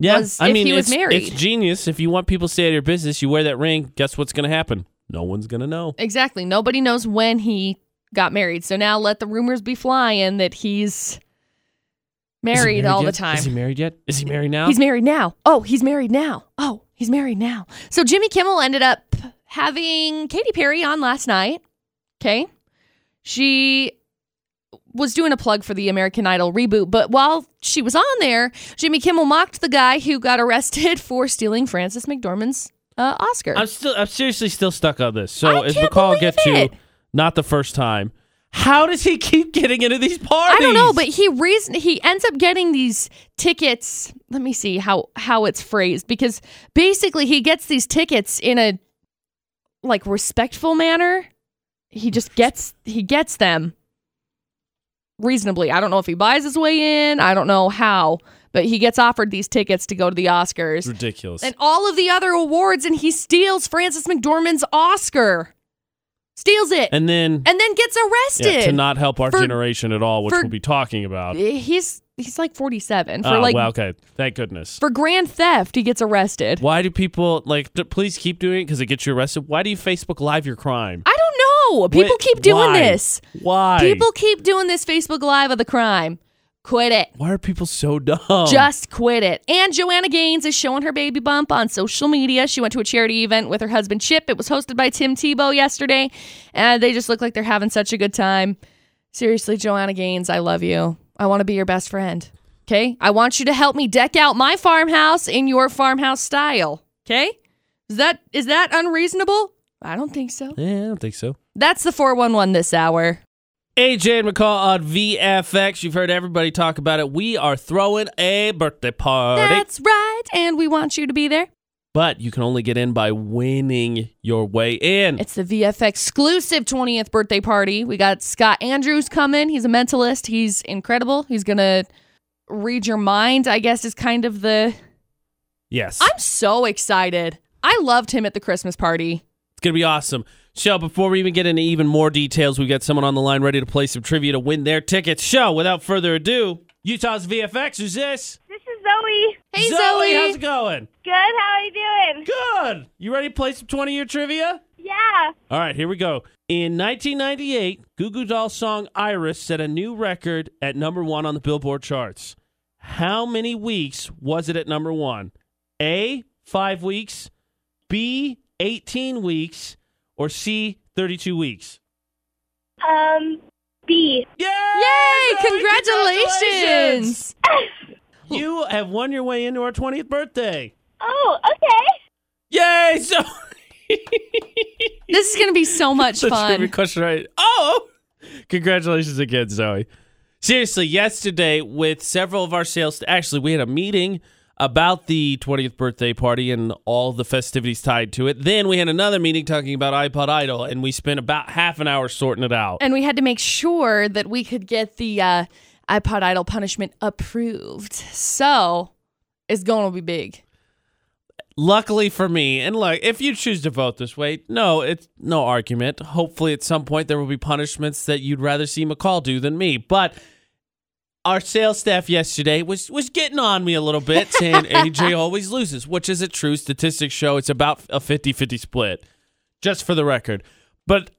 A: Yeah,
B: was
A: I
B: if
A: mean,
B: he was
A: it's,
B: married.
A: it's genius. If you want people to stay out of your business, you wear that ring. Guess what's going to happen? No one's going to know.
B: Exactly. Nobody knows when he got married. So now let the rumors be flying that he's
A: Is he
B: married, all
A: yet?
B: the time.
A: Is he married yet? Is he married now?
B: He's married now. Oh, he's married now. Oh, he's married now. So Jimmy Kimmel ended up having Katy Perry on last night. Okay. She was doing a plug for the American Idol reboot, but while she was on there, Jimmy Kimmel mocked the guy who got arrested for stealing Frances McDormand's uh, Oscar.
A: I'm still. I'm seriously still stuck on this. So
B: I
A: as
B: can't
A: McCall
B: believe
A: get to
B: it.
A: not the first time. How does he keep getting into these parties?
B: I don't know, but he reason he ends up getting these tickets. Let me see how how it's phrased because basically he gets these tickets in a like respectful manner. He just gets he gets them reasonably. I don't know if he buys his way in. I don't know how, but he gets offered these tickets to go to the
A: it's
B: Oscars
A: ridiculous.
B: and all of the other awards and he steals Frances McDormand's Oscar. Steals it. And,
A: And then
B: then gets arrested.
A: yeah, to not help our
B: For-
A: generation at all, which
B: for-
A: we'll be talking about.
B: Eh, he's he's like 47 for
A: Uh, oh,
B: like
A: well, okay. Thank goodness.
B: for grand theft he gets arrested
A: Why do people like? d- please keep doing it because it gets you arrested. Why do you Facebook Live your crime?
B: i don't know people
A: Wait,
B: keep doing
A: why?
B: this
A: Why?
B: people keep doing this facebook live of the crime quit it
A: Why are people so dumb?
B: just quit it and joanna gaines is showing her baby bump on social media she went to a charity event with her husband chip it was hosted by tim tebow yesterday and they just look like they're having such a good time seriously joanna gaines i love you i want to be your best friend okay i want you to help me deck out my farmhouse in your farmhouse style okay is that is that unreasonable i don't think so
A: yeah, I don't think so.
B: that's the 411 this hour
A: AJ and McCall on VFX. You've heard everybody talk about it. We are throwing a birthday party.
B: that's right it, and we want you to be there.
A: But you can only get in by winning your way in.
B: It's the VF exclusive 20th birthday party. We got Scott Andrews coming. He's a mentalist. He's incredible. He's going to read your mind, I guess, is kind of the.
A: yes.
B: I'm so excited. I loved him at the Christmas party.
A: It's going to be awesome. Shell, before we even get into even more details, we've got someone on the line ready to play some trivia to win their tickets. Shell, without further ado, Utah's VFX, who's this?
C: This is Zoe.
B: Hey, Zoe.
A: how's it going?
C: Good, how are you doing?
A: Good. You ready to play some 20 year trivia?
C: Yeah.
A: All right, here we go. In 1998, Goo Goo Doll's song Iris set a new record at number one on the Billboard charts. How many weeks was it at number one? A, five weeks, B, 18 weeks, or C, 32 weeks?
C: Um, B.
A: Yay!
B: Yay! Congratulations!
A: You have won your way into our 20th birthday.
C: Oh, okay.
A: Yay! So
B: This is going to be so much
A: the
B: fun.
A: trivia question right. Oh, congratulations again, Zoe. Seriously, yesterday with several of our sales, actually, we had a meeting about the 20th birthday party and all the festivities tied to it. Then we had another meeting talking about iPod Idol, and we spent about half an hour sorting it out.
B: And we had to make sure that we could get the uh, iPod Idol punishment approved. So it's going to be big.
A: Luckily for me, and look, if you choose to vote this way, no, it's no argument. Hopefully, at some point, there will be punishments that you'd rather see McCall do than me. But our sales staff yesterday was was getting on me a little bit, saying AJ always loses, which is a true statistics show. It's about a 50 50 split, just for the record. But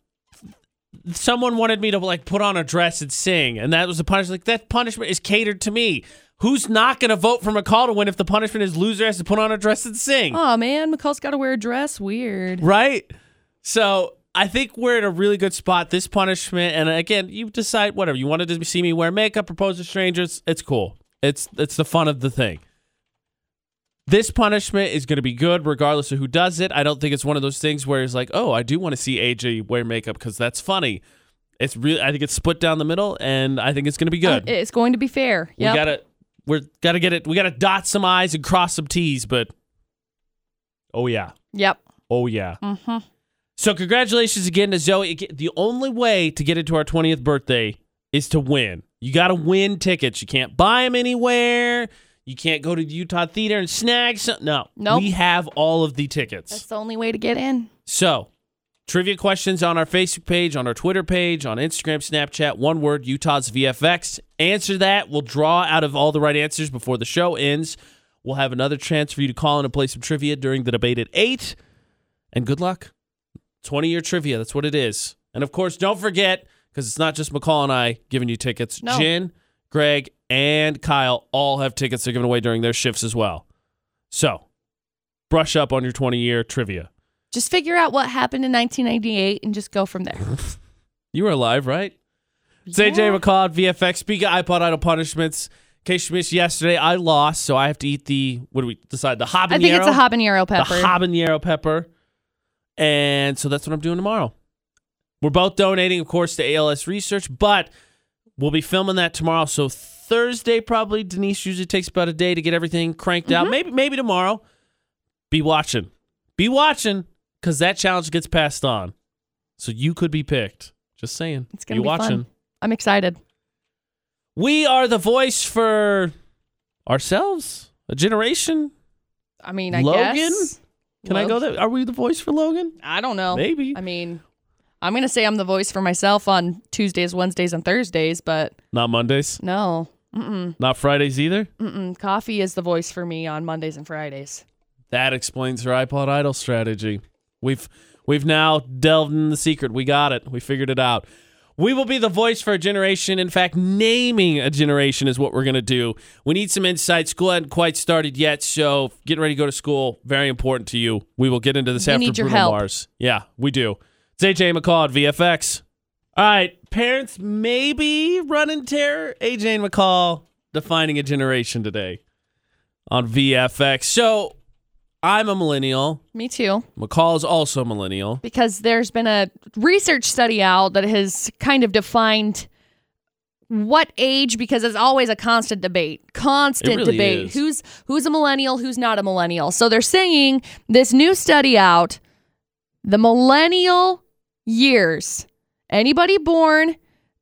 A: someone wanted me to like put on a dress and sing, and that was the punishment. Like that punishment is catered to me. Who's not going to vote for McCall to win if the punishment is loser has to put on a dress and sing?
B: Oh, man. McCall's got to wear a dress. Weird.
A: Right? So I think we're in a really good spot. This punishment, and again, you decide whatever you wanted to see me wear makeup, propose to strangers. It's cool. It's it's the fun of the thing. This punishment is going to be good regardless of who does it. I don't think it's one of those things where it's like, oh, I do want to see AJ wear makeup because that's funny. It's really, I think it's split down the middle, and I think it's going to be good.
B: Uh, It's going to be fair. Yep.
A: We gotta we're gotta get it. We gotta dot some i's and cross some t's, but oh yeah,
B: yep.
A: oh yeah.
B: Mm-hmm.
A: So congratulations again to Zoe. Again, The only way to get into our 20th birthday is to win. You got to win tickets. You can't buy them anywhere. You can't go to the Utah Theater and snag some. No,
B: Nope.
A: we have all of the tickets.
B: That's the only way to get in.
A: So, trivia questions on our Facebook page, on our Twitter page, on Instagram, Snapchat, one word, Utah's VFX. Answer that. We'll draw out of all the right answers before the show ends. We'll have another chance for you to call in and play some trivia during the debate at 8. And good luck. 20 year trivia. That's what it is. And of course, don't forget, because it's not just McCall and I giving you tickets.
B: No.
A: Jen, Greg, and Kyle all have tickets they're giving away during their shifts as well. So, brush up on your 20 year trivia.
B: Just figure out what happened in 1998 and just go from there.
A: You were alive, right? It's
B: Yeah.
A: AJ McCall at VFX. Speaking of iPod Idol punishments, in case you missed yesterday, I lost, so I have to eat the what do we decide? The habanero.
B: I think it's a habanero pepper.
A: The habanero pepper. And so that's what I'm doing tomorrow. We're both donating, of course, to ALS research, but we'll be filming that tomorrow. So Thursday, probably Denise usually takes about a day to get everything cranked
B: Mm-hmm.
A: out. Maybe maybe tomorrow. Be watching. Be watching, because that challenge gets passed on. So you could be picked. Just saying.
B: it's going to
A: You
B: be
A: watching.
B: fun. I'm excited.
A: We are the voice for ourselves, a generation.
B: I mean, I
A: Logan?
B: guess.
A: Can I go there? Are we the voice for Logan?
B: I don't know.
A: Maybe.
B: I mean, I'm going to say I'm the voice for myself on Tuesdays, Wednesdays, and Thursdays, but
A: Not Mondays.
B: no. Mm-mm.
A: Not Fridays either.
B: Mm-mm. Coffee is the voice for me on Mondays and Fridays.
A: That explains her iPod Idol strategy. We've we've now delved in the secret. We got it. We figured it out. We will be the voice for a generation. In fact, naming a generation is what we're going to do. We need some insight. School hadn't quite started yet, so getting ready to go to school, very important to you. We will get into this
B: We
A: after
B: need your
A: Bruno
B: help.
A: Mars. Yeah, we do. It's AJ McCall at VFX. All right, parents maybe running terror. AJ and McCall defining a generation today on VFX. So I'm a millennial.
B: Me too.
A: McCall is also a millennial.
B: because there's been a research study out that has kind of defined what age because it's always a constant debate constant
A: really
B: debate
A: is.
B: who's who's a millennial who's not a millennial so they're saying this new study out the millennial years anybody born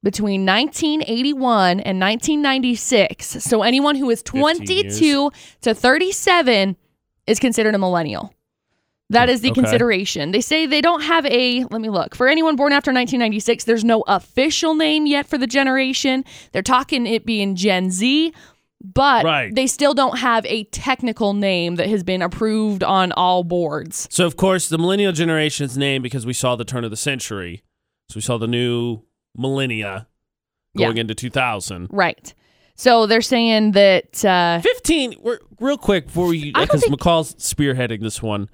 B: between 1981 and 1996 so anyone who is
A: 15 years.
B: 22 to 37 is considered a millennial that is the
A: Okay.
B: consideration. They say they don't have a, let me look, for anyone born after 1996, there's no official name yet for the generation. They're talking it being Gen Z, but
A: Right.
B: they still don't have a technical name that has been approved on all boards.
A: So of course the millennial generation's name because we saw the turn of the century. So we saw the new millennia going into 2000.
B: Right. So they're saying that, uh,
A: 15 we're, real quick before you
B: I don't
A: because
B: think-
A: McCall's spearheading this one.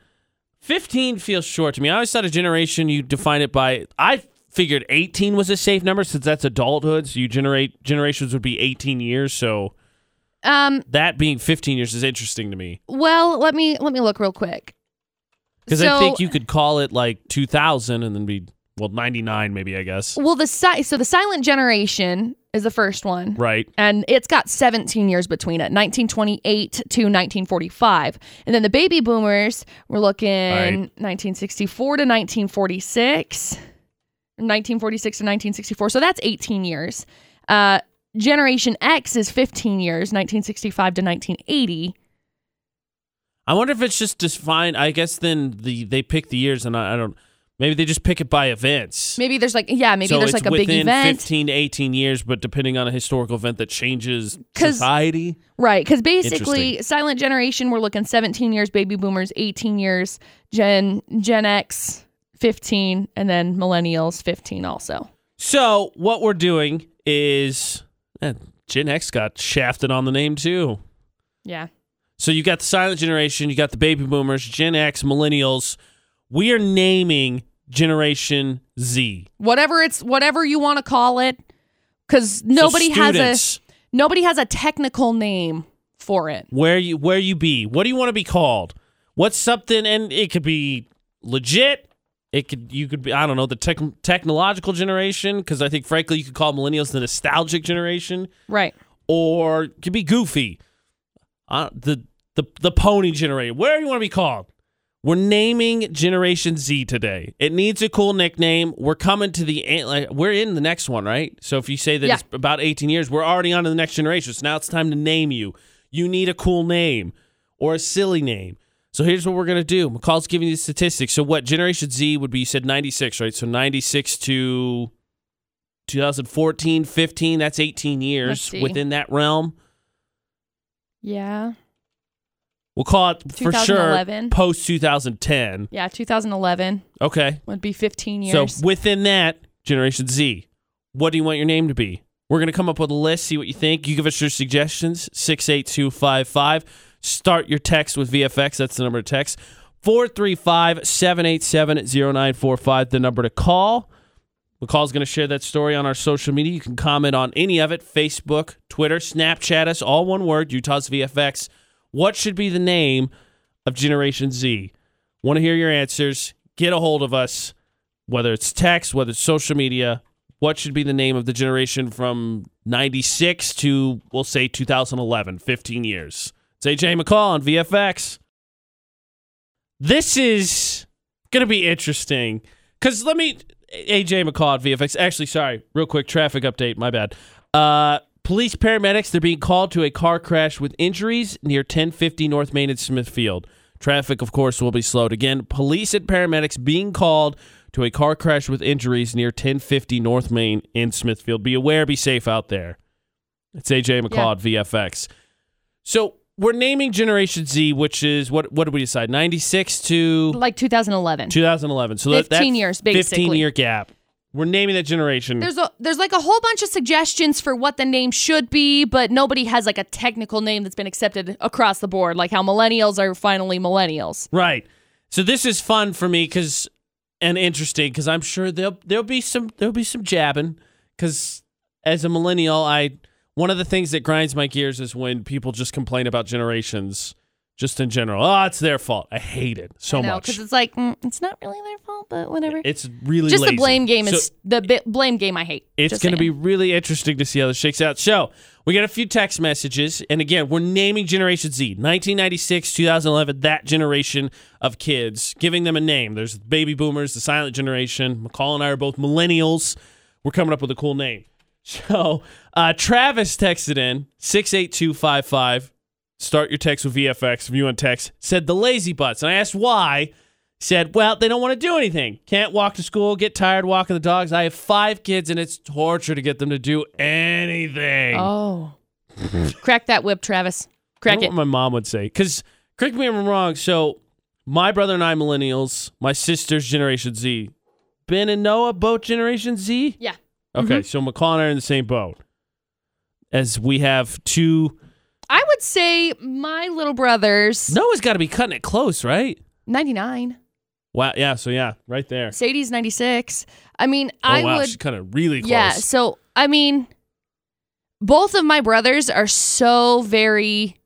A: 15 feels short to me. I always thought a generation you define it by I figured 18 was a safe number since that's adulthood so you generate generations would be 18 years so
B: um,
A: that being 15 years is interesting to me
B: well, let me, let me look real quick.
A: because
B: so,
A: I think you could call it like 2000 and then be well 99 maybe I guess.
B: well, the si- so the silent generation is the first one.
A: Right.
B: and it's got 17 years between it 1928 to 1945 and then the baby boomers were looking
A: Right.
B: 1964 to 1946 1946 to 1964 so that's 18 years uh, generation x is 15 years 1965 to 1980
A: I wonder if it's just defined. I guess then the they pick the years, and I, I don't. Maybe they just pick it by events.
B: maybe there's like yeah maybe
A: so
B: there's
A: it's
B: like a big
A: within
B: event
A: fifteen to eighteen years, but depending on a historical event that changes
B: 'Cause-
A: society.
B: Right, because basically, Silent Generation, we're looking 17 years, Baby Boomers 18 years, Gen Gen X 15, and then Millennials 15 also.
A: So what we're doing is eh, Gen X got shafted on the name too.
B: Yeah,
A: So you got the silent generation, you got the baby boomers, Gen X, millennials. We are naming Generation Z.
B: whatever it's whatever you want to call it, because nobody
A: so
B: has a
A: students,
B: nobody has a technical name for it.
A: where you where you be what do you want to be called what's something and it could be legit it could you could be i don't know the tech, technological generation because i think frankly you could call millennials the nostalgic generation
B: Right.
A: or it could be goofy uh, the the the pony generation where you want to be called we're naming generation z today it needs a cool nickname we're coming to the end like, we're in the next one right so if you say that
B: Yeah.
A: it's about 18 years we're already on to the next generation so now it's time to name you you need a cool name or a silly name so here's what we're going to do mccall's giving you the statistics so what generation z would be you said 96 right so 96 to 2014 15 that's 18 years
B: see.
A: within that realm
B: Yeah.
A: We'll call it for sure
B: 2011.
A: post 2010.
B: Yeah. 2011
A: Okay.
B: would be 15 years.
A: So within that, Generation Z, what do you want your name to be? We're going to come up with a list, see what you think. You give us your suggestions 68255. Start your text with VFX. That's the number to text. 435 787 0945, the number to call. McCall's going to share that story on our social media. You can comment on any of it Facebook, Twitter, Snapchat us, all one word, Utah's VFX. What should be the name of Generation Z? Want to hear your answers? Get a hold of us, whether it's text, whether it's social media. What should be the name of the generation from 96 to, we'll say, 2011, 15 years? It's AJ McCall on VFX. This is going to be interesting because let me AJ McCall at VFX. Actually, sorry, real quick traffic update. My bad. Uh, police paramedics they're being called to a car crash with injuries near 1050 North Main and Smithfield. Traffic, of course, will be slowed again. Police and paramedics being called to a car crash with injuries near 1050 North Main in Smithfield. Be aware, be safe out there. It's AJ McCall at VFX. So we're naming Generation Z, which is what? What did we decide? 96 to
B: like 2011.
A: 2011. So that,
B: 15
A: that
B: years,
A: 15
B: basically.
A: year gap. We're naming that generation.
B: There's a there's like a whole bunch of suggestions for what the name should be, but nobody has like a technical name that's been accepted across the board, like how millennials are finally millennials.
A: right. So this is fun for me because and interesting because I'm sure there'll there'll be some there'll be some jabbing because as a millennial, I one of the things that grinds my gears is when people just complain about generations just in general. Oh, it's their fault. I hate it so much.
B: because it's like mm, it's not really their fault, but whatever.
A: It's really
B: just
A: lazy.
B: the blame game
A: So
B: is the bi- blame game I hate.
A: It's
B: Just
A: going to be
B: saying.
A: really interesting to see how this shakes out. So we got a few text messages, and again, we're naming Generation Z, 1996, 2011, that generation of kids, giving them a name. There's baby boomers, the silent generation. McCall and I are both millennials. We're coming up with a cool name. So uh, Travis texted in six eight two five five. Start your text with VFX. If you want text, said the lazy butts, and I asked why said, Well, they don't want to do anything. Can't walk to school, get tired walking the dogs. I have five kids and it's torture to get them to do anything.
B: Oh, crack that whip, Travis.
A: I
B: Crack
A: wonder
B: it.
A: what my mom would say. Because, correct me if I'm wrong. So, my brother and I, millennials, my sister's Generation Z. Ben and Noah, both Generation Z?
B: Yeah.
A: Okay, so McCall and I are in the same boat. As we have two.
B: I would say my little brother's
A: Noah's got to be cutting it close, right?
B: 99.
A: Wow. Yeah, so yeah, right there.
B: Sadie's 96. I mean,
A: Oh,
B: I
A: wow.
B: would.
A: She's cutting it really close.
B: Yeah. So, I mean, both of my brothers are so very,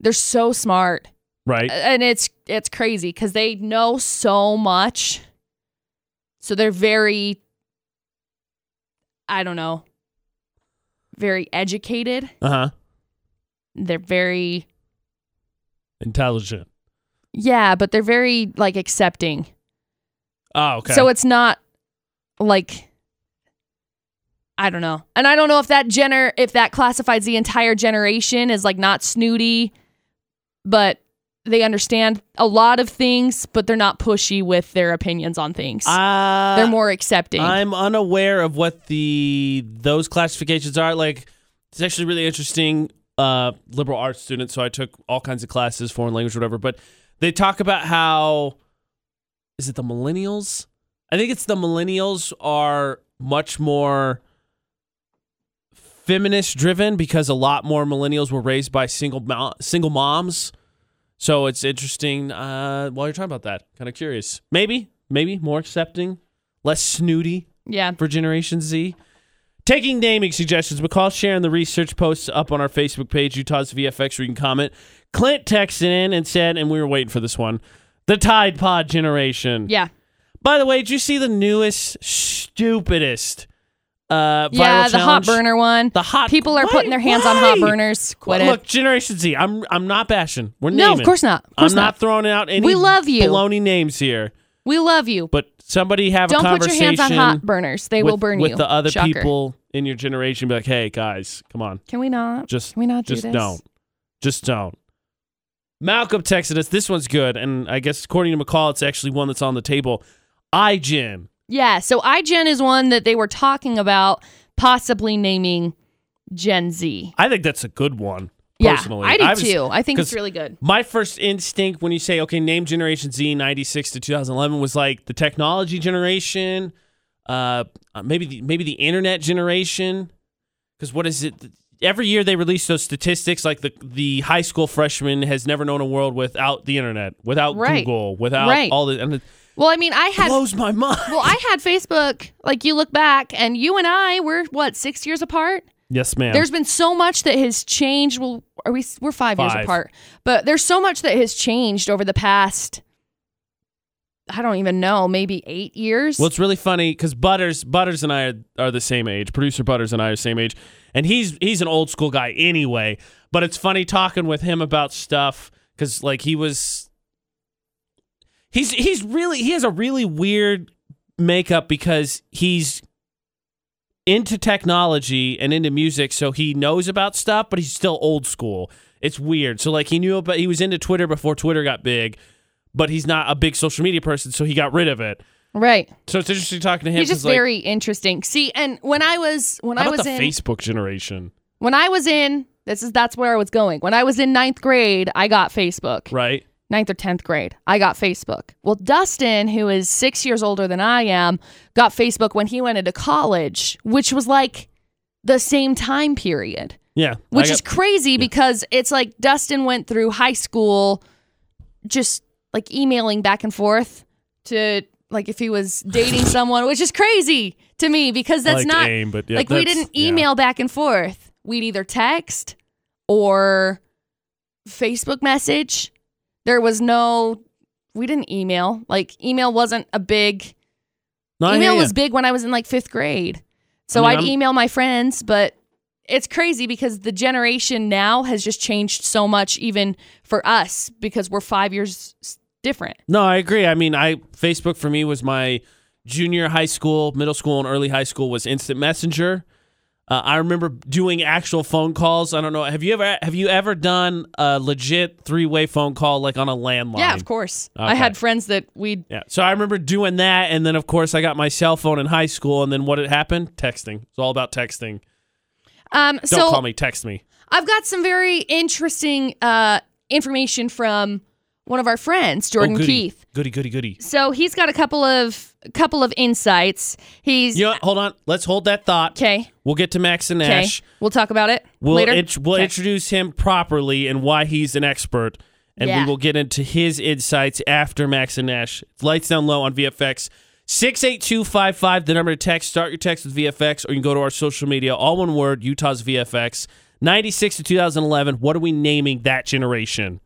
B: they're so smart.
A: Right?
B: and it's it's crazy because they know so much so they're very i don't know very educated
A: Uh huh.
B: they're very
A: Intelligent.
B: yeah but they're very like accepting
A: Oh, okay.
B: so it's not like i don't know and i don't know if that gener if that classifies the entire generation as like not snooty but they understand a lot of things but they're not pushy with their opinions on things
A: Uh,
B: they're more accepting.
A: I'm unaware of what the those classifications are. Like, it's actually really interesting. Uh, liberal arts student, so I took all kinds of classes, foreign language, whatever. But they talk about how is it the millennials? I think it's the millennials are much more feminist driven because a lot more millennials were raised by single mo- single moms. So it's interesting. Uh, while you're talking about that, kind of curious. Maybe, maybe more accepting, less snooty
B: yeah.
A: for Generation Z. Taking naming suggestions, McCall sharing the research posts up on our Facebook page, Utah's VFX, where you can comment. Clint texted in and said, and we were waiting for this one, the Tide Pod generation.
B: Yeah.
A: By the way, did you see the newest, stupidest uh, viral
B: Yeah, the hot
A: challenge?
B: burner one.
A: The hot
B: People are
A: Why-
B: putting their hands on hot
A: why?
B: burners. Quit
A: Look,
B: it.
A: Generation Z. I'm I'm not bashing. We're
B: No,
A: naming.
B: of course not. Of course
A: I'm
B: not.
A: not throwing out any
B: We love you.
A: baloney names here.
B: We love you.
A: But somebody have
B: Don't
A: a
B: put your
A: conversation
B: hands on hot burners. They
A: with,
B: will burn
A: with
B: you.
A: the other
B: Shocker.
A: people in your generation. Be like, hey guys, come on,
B: Can we not?
A: just
B: Can we not do
A: just
B: this?
A: don't, just don't. Malcolm texted us. This one's good, and I guess according to McCall, it's actually one that's on the table. I Jim.
B: Yeah. So iGen is one that they were talking about possibly naming Gen Z.
A: I think that's a good one.
B: Yeah,
A: personally.
B: I do
A: was-
B: too. I think it's
A: 'cause
B: really good.
A: My first instinct when you say, okay, name Generation Z 96 to 2011 was like the technology generation, uh, maybe the, maybe the internet generation. Because what is it? Every year they release those statistics like the, the high school freshman has never known a world without the internet, without
B: Right.
A: Google, without
B: Right.
A: all the. And it
B: Well, I mean, I had
A: blows my mind.
B: well, I had Facebook. Like you look back, and you and I were what six years apart.
A: yes, ma'am.
B: There's been so much that has changed. Well, are we? We're five,
A: Five.
B: years apart, but there's so much that has changed over the past. I don't even know, maybe eight years.
A: Well, it's really funny because Butters, Butters and I are, are the same age. Producer Butters and I are the same age, and he's he's an old school guy anyway. But it's funny talking with him about stuff because like he was, he's he's really he has a really weird makeup because he's into technology and into music, so he knows about stuff, but he's still old school. It's weird. So like he knew about he was into Twitter before Twitter got big, but he's not a big social media person, so he got rid of it.
B: right.
A: So it's interesting talking to him.
B: He's
A: 'cause,
B: just
A: like,
B: very interesting. See, and when I was when
A: How
B: I
A: about
B: was
A: the
B: in
A: Facebook generation,
B: when I was in this is that's where I was going. When I was in ninth grade, I got Facebook.
A: right?
B: Ninth or tenth grade, I got Facebook. Well, Dustin, who is six years older than I am, got Facebook when he went into college, which was like the same time period.
A: Yeah,
B: which
A: I got-
B: is crazy because it's like Dustin went through high school just like emailing back and forth to like if he was dating someone, which is crazy to me because
A: I
B: that's
A: like
B: not
A: AIM, but yeah,
B: like we
A: that's-
B: didn't
A: yeah.
B: email back and forth. We'd either text or Facebook message. There was no, we didn't email. Like email wasn't a big,
A: No, I
B: email
A: hear ya.
B: was big when I was in like fifth grade.
A: I
B: So I
A: mean,
B: would
A: I'm-
B: email my friends, but it's crazy because the generation now has just changed so much, even for us, because we're five years s- different.
A: No, I agree. I mean, I Facebook for me was my junior high school, middle school, and early high school was instant messenger. Uh, I remember doing actual phone calls. I don't know. Have you ever have you ever done a legit three way phone call like on a landline?
B: Yeah, of course. I
A: Okay.
B: had friends that we'd
A: Yeah. So I remember doing that, and then of course I got my cell phone in high school, and then what had happened? Texting. It's all about texting.
B: um
A: Don't
B: so
A: call me. Text me.
B: I've got some very interesting uh information from one of our friends,
A: oh,
B: Jordan
A: goody.
B: Keith.
A: Goody, goody, goody.
B: So he's got a couple of couple of insights. He's
A: You know, what? hold on. Let's hold that thought.
B: okay.
A: We'll get to Max and
B: Okay,
A: Ash.
B: we'll talk about it
A: We'll,
B: later.
A: int- we'll
B: Okay.
A: introduce him properly and why he's an expert, and
B: Yeah.
A: we will get into his insights after Max and Nash. It's lights down low on VFX. 68255, the number to text. Start your text with VFX, or you can go to our social media, all one word, Utah's VFX. 96 to 2011, what are we naming that generation?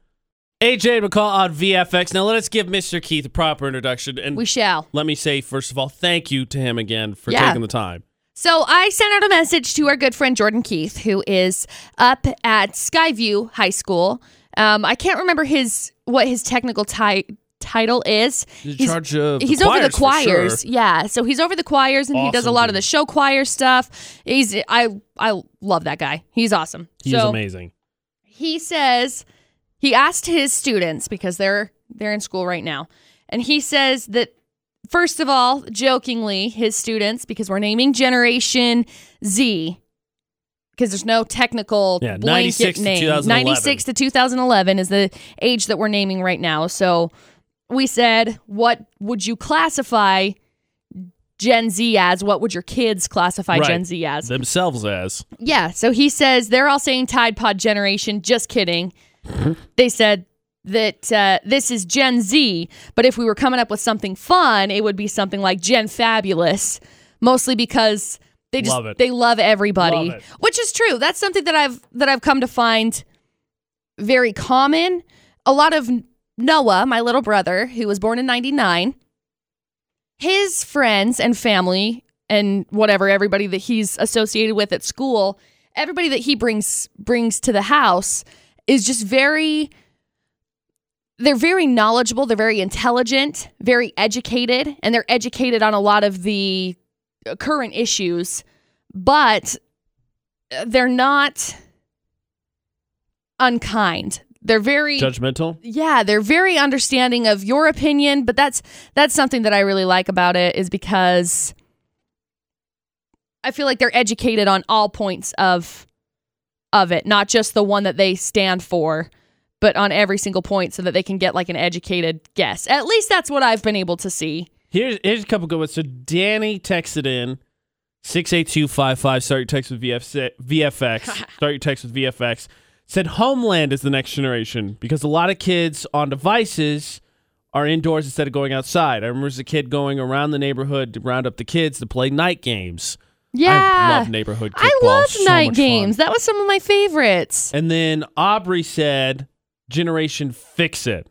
A: AJ and McCall on VFX. Now let us give Mr. Keith a proper introduction. And
B: we shall.
A: let me say, first of all, thank you to him again for
B: Yeah.
A: taking the time.
B: So I sent out a message to our good friend Jordan Keith, who is up at Skyview High School. Um, I can't remember his what his technical ti- title is.
A: He's in
B: He's-
A: charge of
B: he's
A: the
B: over the
A: choirs, for sure.
B: choirs yeah so he's over the choirs and he does a
A: Awesome
B: lot
A: dude.
B: of the show choir stuff he's i i love that guy he's awesome
A: He's
B: so
A: amazing.
B: he says he asked his students because they're they're in school right now and he says that first of all jokingly his students because we're naming generation z because there's no technical
A: Yeah,
B: blanket
A: 96 to
B: name
A: 2011.
B: 96 to 2011 is the age that we're naming right now so we said what would you classify gen z as what would your kids classify
A: Right.
B: gen z as
A: themselves as.
B: yeah, so he says they're all saying Tide Pod generation. Just kidding. they said that uh, this is Gen Z, but if we were coming up with something fun, it would be something like Gen Fabulous, mostly because they just
A: Love it.
B: they love everybody,
A: Love it.
B: which is true. That's something that I've that I've come to find very common. A lot of Noah, my little brother, who was born in 99, his friends and family and whatever everybody that he's associated with at school, everybody that he brings brings to the house is just very they're very knowledgeable, they're very intelligent, very educated, and they're educated on a lot of the current issues, but they're not unkind. They're very
A: Judgmental?
B: yeah they're very understanding of your opinion but that's that's something that i really like about it is because i feel like they're educated on all points of of it not just the one that they stand for but on every single point so that they can get like an educated guess at least that's what i've been able to see
A: Here's here's a couple good ones. So Danny texted in six eight two five five. Start your text with VF, VFX. Start your text with VFX. Said Homeland is the next generation because a lot of kids on devices are indoors instead of going outside. I remember as a kid going around the neighborhood to round up the kids to play night games. I
B: yeah
A: love neighborhood.
B: i
A: kickball.
B: love
A: So
B: night
A: much fun.
B: games that was some of my favorites
A: And then Aubrey said, "Generation Fix It."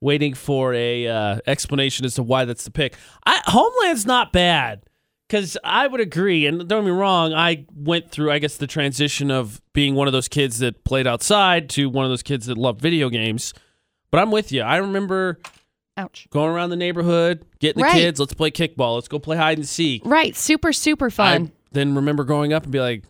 A: Waiting for a uh, explanation as to why that's the pick. I, Homeland's not bad because I would agree. And don't get me wrong, I went through, I guess, the transition of being one of those kids that played outside to one of those kids that loved video games. But I'm with you. I remember
B: ouch
A: going around the neighborhood, getting
B: Right.
A: the kids, let's play kickball, let's go play hide and seek.
B: right super super
A: I
B: fun
A: then remember growing up and be like,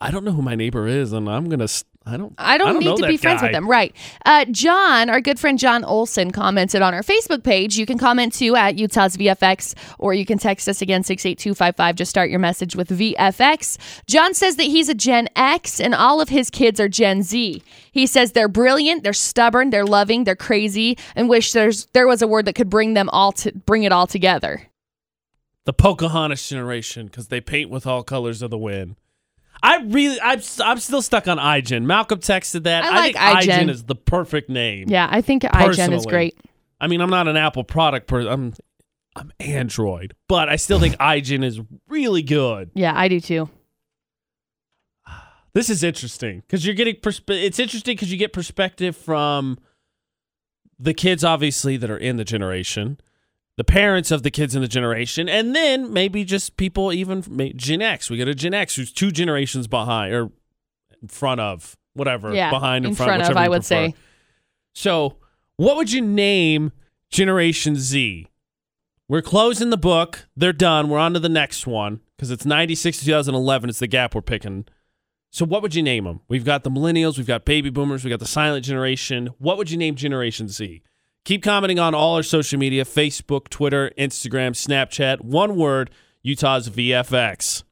A: I don't know who my neighbor is, and I'm gonna. s- I don't.
B: I don't,
A: know
B: need to
A: that
B: be friends with
A: guy.
B: them. Right. Uh, John, our good friend John Olson, commented on our Facebook page. You can comment too at Utah's VFX or you can text us again, 68255. Just start your message with VFX. John says that he's a Gen X and all of his kids are Gen Z. He says they're brilliant, they're stubborn, they're loving, they're crazy, and wish there's there was a word that could bring them all to bring it all together.
A: The Pocahontas generation because they paint with all colors of the wind. I really, I'm, s- I'm still stuck on iGen. Malcolm texted that.
B: I like
A: think
B: iGen.
A: is the perfect name.
B: Yeah, I think iGen is
A: Personally.
B: great.
A: I mean, I'm not an Apple product person. I'm, I'm Android, but I still think iGen is really good.
B: Yeah, I do too.
A: This is interesting because you're getting persp- it's interesting because you get perspective from the kids obviously that are in the generation, the parents of the kids in the generation, and then maybe just people even from- may- Gen X. We got a Gen X who's two generations behind or in front of whatever
B: Yeah,
A: behind in,
B: in front of,
A: whichever
B: I
A: you
B: would say.
A: prefer. So, what would you name Generation Z? We're closing the book. They're done. We're on to the next one because it's 96 to 2011. It's the gap we're picking. So, what would you name them? We've got the millennials, we've got baby boomers, we've got the silent generation. What would you name Generation Z? Keep commenting on all our social media Facebook, Twitter, Instagram, Snapchat. One word Utah's VFX.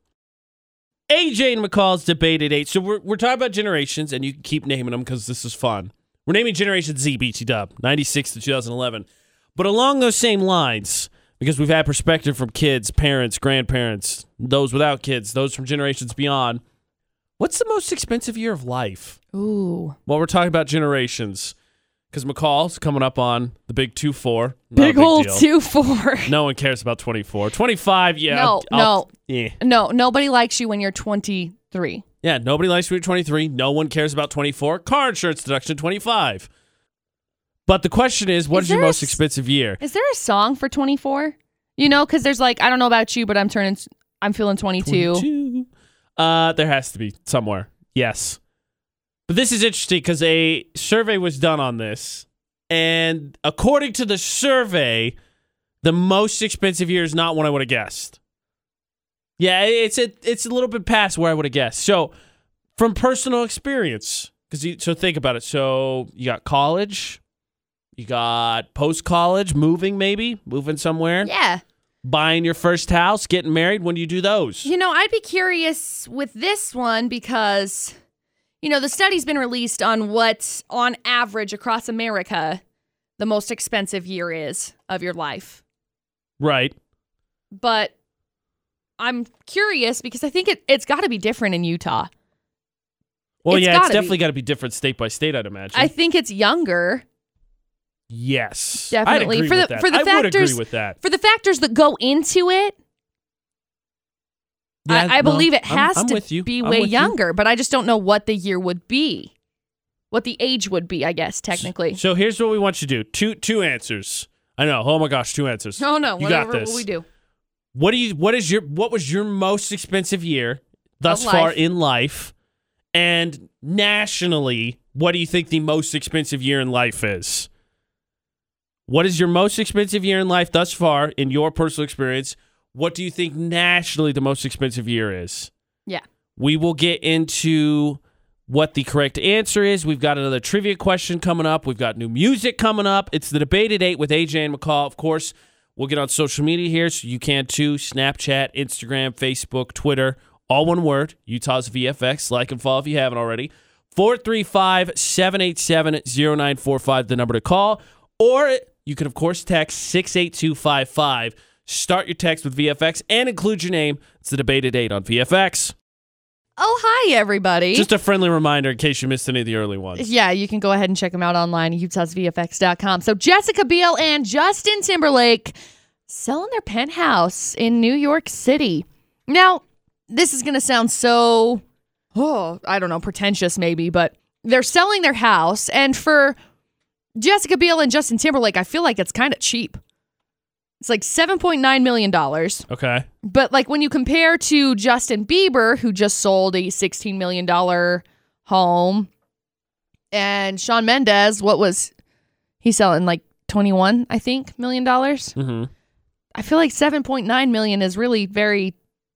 A: AJ and McCall's debate at eight. So, we're, we're talking about generations, and you can keep naming them because this is fun. We're naming Generation Z BT Dub, 96 to 2011. But along those same lines, because we've had perspective from kids, parents, grandparents, those without kids, those from generations beyond. What's the most expensive year of life?
B: Ooh.
A: Well, we're talking about generations, because McCall's coming up on the big two four. Not a
B: Big hole
A: deal.
B: two four.
A: No one cares about twenty four. Twenty five. Yeah.
B: No, no.
A: Yeah.
B: No, nobody likes you when you're 23.
A: Yeah. Nobody likes me at twenty three. No one cares about twenty four. Car insurance deduction twenty five. But the question is, what
B: Is
A: is your
B: there a
A: most
B: s-
A: expensive year?
B: Is there a song for 24? You know, because there's like, I don't know about you, but I'm turning, I'm feeling 22.
A: 22. Uh, there has to be somewhere. Yes. But this is interesting because a survey was done on this. And according to the survey, the most expensive year is not one I would have guessed. Yeah, it- it's a, it's a little bit past where I would have guessed. So, from personal experience, because you, so think about it. So, you got college, you got post college, moving maybe, moving somewhere,
B: Yeah.
A: buying your first house, getting married. When do you do those?
B: You know, I'd be curious with this one because, you know, the study's been released on what, on average across America, the most expensive year is of your life.
A: Right.
B: But I'm curious because I think it, it's got to be different in Utah.
A: Well,
B: It's
A: yeah, it's
B: gotta be.
A: definitely got to be different state by state, I'd imagine.
B: I think it's younger.
A: yes,
B: Definitely.
A: I'd agree
B: For
A: with
B: the-
A: that.
B: for the
A: I would agree
B: factors-
A: with that.
B: For the factors that go into it,
A: Yeah,
B: I, I
A: no,
B: believe it
A: I'm-
B: has
A: I'm
B: to
A: with you.
B: be
A: I'm
B: way
A: with you.
B: younger, but I just don't know what the year would be. What the age would be, I guess, technically.
A: So here's what we want you to do: two two answers. I know. Oh my gosh, two answers.
B: No, no,
A: you
B: whatever
A: got this.
B: will we do.
A: What do you? What is your? What was your most expensive year thus
B: Of
A: far
B: life.
A: in life? And nationally, what do you think the most expensive year in life is? What is your most expensive year in life thus far in your personal experience? What do you think nationally the most expensive year is?
B: Yeah.
A: We will get into what the correct answer is. We've got another trivia question coming up. We've got new music coming up. It's the debate at eight with AJ and McCall. Of course, we'll get on social media here, so you can too. Snapchat, Instagram, Facebook, Twitter, all one word. Utah's VFX. Like and follow if you haven't already. 435 787 0945, the number to call. Or you can, of course, text 68255. Start your text with VFX and include your name. It's the debate at 8 on VFX.
B: Oh, hi, everybody.
A: Just a friendly reminder in case you missed any of the early ones.
B: yeah, you can go ahead and check them out online at utahsvfx.com. So Jessica Biel and Justin Timberlake selling their penthouse in New York City. Now, this is going to sound so, oh, I don't know, pretentious maybe, but they're selling their house. And for Jessica Biel and Justin Timberlake, I feel like it's kind of cheap. It's like $7.9 million.
A: Okay.
B: But like when you compare to Justin Bieber, who just sold a $16 million home, and Sean Mendez, what was he selling? Like 21, I think, million dollars.
A: Mm-hmm.
B: I feel like 7.9 million is really very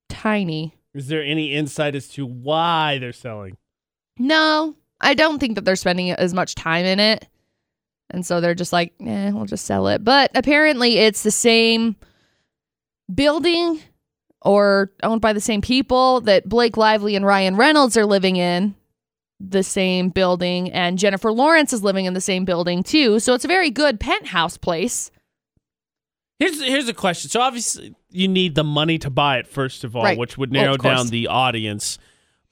B: tiny.
A: Is there any insight as to why they're selling?
B: No, I don't think that they're spending as much time in it. And so they're just like, eh, we'll just sell it. But apparently it's the same building or owned by the same people that Blake Lively and Ryan Reynolds are living in the same building and Jennifer Lawrence is living in the same building too. So it's a very good penthouse place.
A: Here's here's a question. So obviously you need the money to buy it first of all,
B: Right.
A: which would
B: Well,
A: narrow
B: of course.
A: down the audience.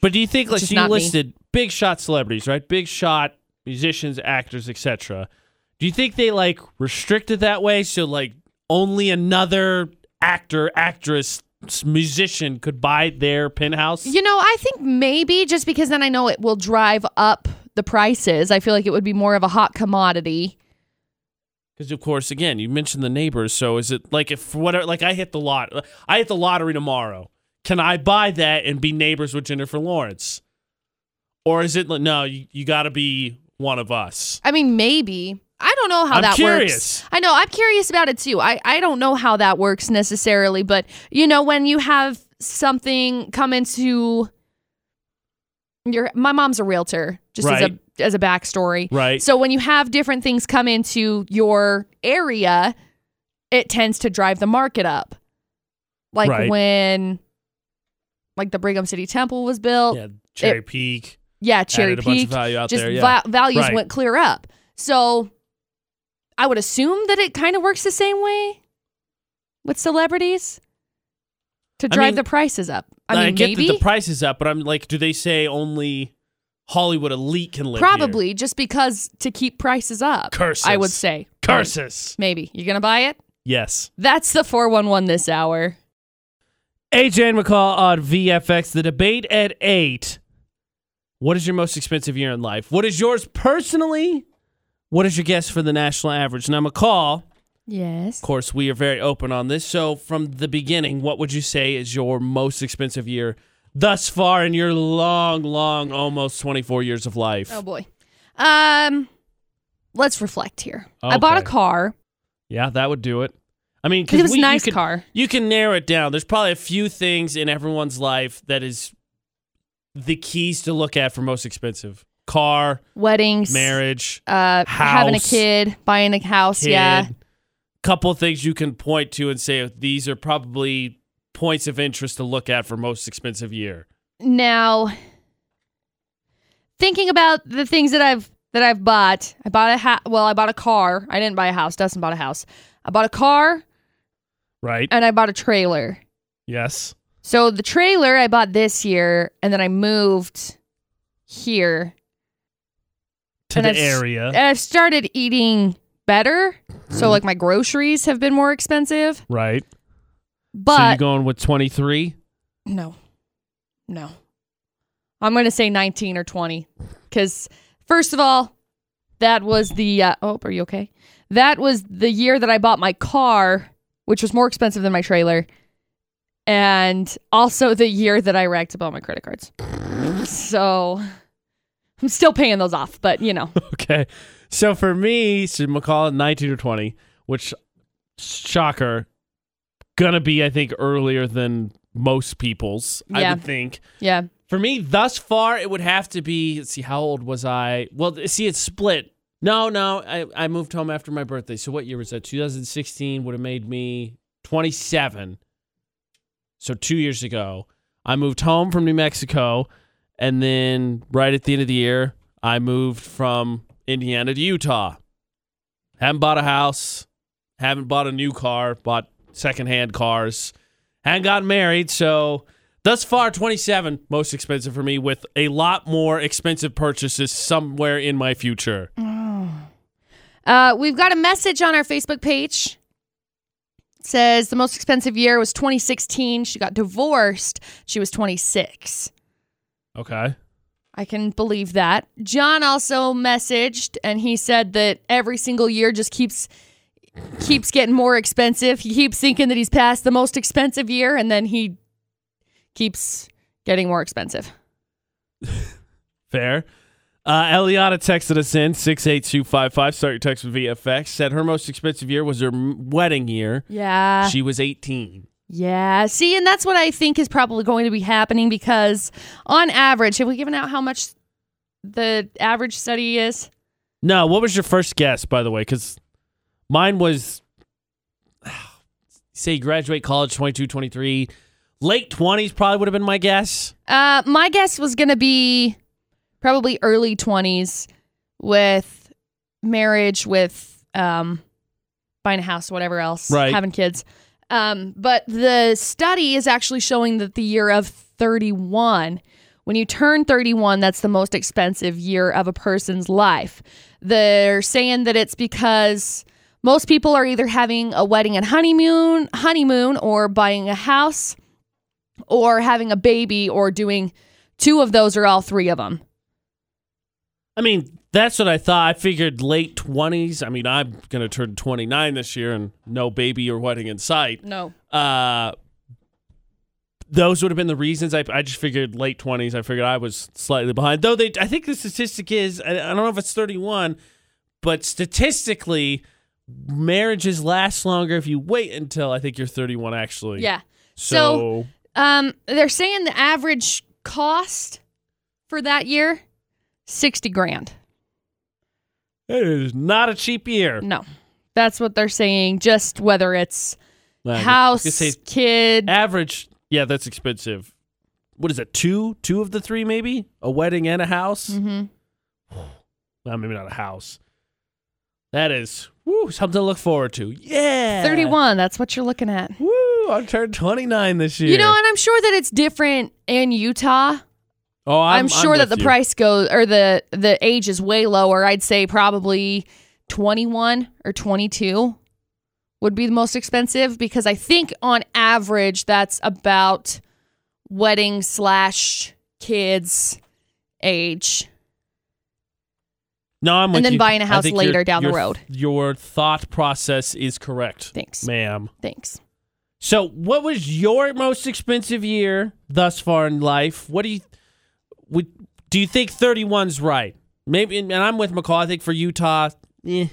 A: But do you think like
B: is
A: so you
B: not me.
A: listed big shot celebrities, right? Big shot musicians, actors, etc. Do you think they like restrict it that way so like only another actor, actress s- musician could buy their penthouse?
B: You know, I think maybe just because then I know it will drive up the prices. I feel like it would be more of a hot commodity.
A: Because of course, again, you mentioned the neighbors. So is it like if whatever? Like I hit the lot, I hit the lottery tomorrow. Can I buy that and be neighbors with Jennifer Lawrence? Or is it like, no? You, you got to be one of us.
B: I mean, maybe. I don't know how
A: I'm
B: that
A: curious.
B: works. I know. I'm curious about it too. I, I don't know how that works necessarily, but you know, when you have something come into your my mom's a realtor, just as
A: Right.
B: a as a backstory.
A: Right.
B: So when you have different things come into your area, it tends to drive the market up. Like
A: Right.
B: when like the Brigham City Temple was built. Yeah,
A: yeah, Cherry Peak.
B: Cherry
A: added a bunch
B: Peak
A: of value out
B: just
A: there. Yeah.
B: va- values
A: Right.
B: went clear up. So I would assume that it kind of works the same way with celebrities to
A: I
B: drive
A: mean-
B: the prices up. I
A: Now,
B: mean,
A: get
B: maybe
A: that the price is up, but I'm like, do they say only Hollywood elite can live? here?
B: probably just because to keep prices up. I would
A: Curses.
B: say
A: curses.
B: Maybe you gonna buy it.
A: Yes.
B: That's the 411 this hour.
A: AJ and McCall on VFX. The debate at eight. What is your most expensive year in life? What is yours personally? What is your guess for the national average? Now, McCall,
B: Yes.
A: of course, we are very open on this. So, from the beginning, what would you say is your most expensive year thus far in your long, long, almost 24 years of life?
B: Oh boy. Um let's reflect here. I bought a
A: Okay.
B: car.
A: Yeah, that would do it. I mean,
B: 'Cause it was a
A: you
B: nice
A: could-
B: car.
A: You can narrow it down. There's probably a few things in everyone's life that is the keys to look at for most expensive car,
B: Weddings,
A: marriage,
B: uh having a
A: house,
B: kid, buying a house,
A: kid.
B: yeah.
A: Couple things you can point to and say these are probably points of interest to look at for most expensive year.
B: Now thinking about the things that I've that I've bought. I bought a ha- well, I bought a car. I didn't buy a house. Dustin bought a house. I bought a car
A: Right?
B: and I bought a trailer.
A: yes.
B: So the trailer I bought this year and then I moved here
A: To
B: And
A: the
B: I've s- eh,
A: area.
B: And I've started eating better. So like my groceries have been more expensive.
A: right. so
B: But
A: you're going with 23?
B: no. No. I'm going to say 19 or 20 cuz first of all, that was the uh, oh, are you okay? That was the year that I bought my car, which was more expensive than my trailer. And also the year that I racked up all my credit cards. So I'm still paying those off, but you know.
A: Okay. So for me, so McCall 19 or 20, which shocker, gonna be, I think, earlier than most people's, I
B: Yeah.
A: would think.
B: Yeah.
A: For me, thus far, it would have to be, let's see, how old was I? Well, th- see, it's split. No, no, I, I moved home after my birthday. So what year was that? 2016 would have made me 27. So two years ago, I moved home from New Mexico. And then right at the end of the year, I moved from Indiana to Utah. Haven't bought a house, haven't bought a new car, bought secondhand cars, haven't gotten married. So thus far, 27 most expensive for me, with a lot more expensive purchases somewhere in my future.
B: Uh, we've got a message on our Facebook page. It says the most expensive year was 2016. She got divorced. She was 26.
A: Okay.
B: I can believe that. John also messaged and he said that every single year just keeps keeps getting more expensive. He keeps thinking that he's past the most expensive year and then he keeps getting more expensive.
A: Fair. Uh, Eliana texted us in 68255. Start your text with VFX. Said her most expensive year was her m- wedding year.
B: Yeah.
A: She was 18.
B: Yeah. See, and that's what I think is probably going to be happening because on average, have we given out how much the average study is?
A: No, what was your first guess, by the way? Because mine was say you graduate college 22, 23, late 20s probably would have been my guess.
B: Uh, my guess was going to be probably early 20s with marriage, with um, buying a house, whatever else,
A: Right.
B: having kids. Um, but the study is actually showing that the year of 31, when you turn 31, that's the most expensive year of a person's life. They're saying that it's because most people are either having a wedding and honeymoon, honeymoon, or buying a house or having a baby or doing two of those or all three of them.
A: I mean, that's what I thought. I figured late 20s. I mean, I'm going to turn 29 this year and no baby or wedding in sight.
B: No.
A: Uh, those would have been the reasons. I, I just figured late 20s. I figured I was slightly behind. Though they, I think the statistic is, I, I don't know if it's 31, but statistically, marriages last longer if you wait until I think you're 31, actually.
B: Yeah. So,
A: So,
B: um, they're saying the average cost for that year, 60 grand.
A: it is not a cheap year.
B: No. That's what they're saying. Just whether it's
A: Uh, you
B: house,
A: could say
B: kid.
A: average yeah that's expensive what is that two two of the three maybe a wedding and a house
B: hmm
A: well maybe not a house that is woo, something to look forward to yeah
B: 31. That's what you're looking at.
A: woo i turned 29 this year
B: You know, and I'm sure that it's different in Utah.
A: oh
B: I'm,
A: i'm,
B: sure
A: I'm
B: that
A: with
B: the
A: you.
B: price goes or the the age is way lower. I'd say probably 21 or 22 would be the most expensive because I think on average that's about wedding slash kids age.
A: no i'm
B: and
A: with
B: then
A: you.
B: buying a
A: I
B: house
A: think your-
B: later down the
A: your-
B: road.
A: your thought process is correct
B: Thanks.
A: ma'am
B: Thanks.
A: So, what was your most expensive year thus far in life? What do you would do you think 31's right? Maybe and I'm with McCall. I think for Utah, eh.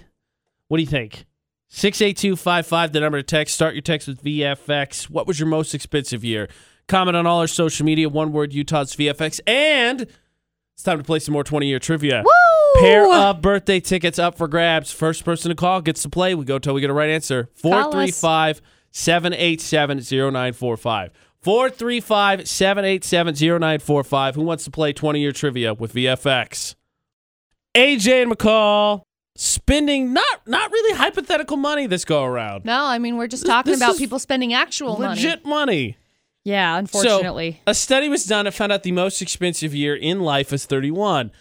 A: What do you think? 68255 the number to text. Start your text with VFX. What was your most expensive year? Comment on all our social media one word Utah's VFX and it's time to play some more 20 year trivia.
B: Woo!
A: Pair of birthday tickets up for grabs. First person to call gets to play. We go till we get a right answer.
B: Call us.
A: 435 787 0945. 435 787 0945. Who wants to play 20 year trivia with VFX? AJ and McCall spending not not really hypothetical money this go around.
B: No, I mean we're just talking
A: this
B: about
A: is
B: people spending actual money.
A: Legit money.
B: Yeah, unfortunately.
A: So, a study was done that found out the most expensive year in life is 31.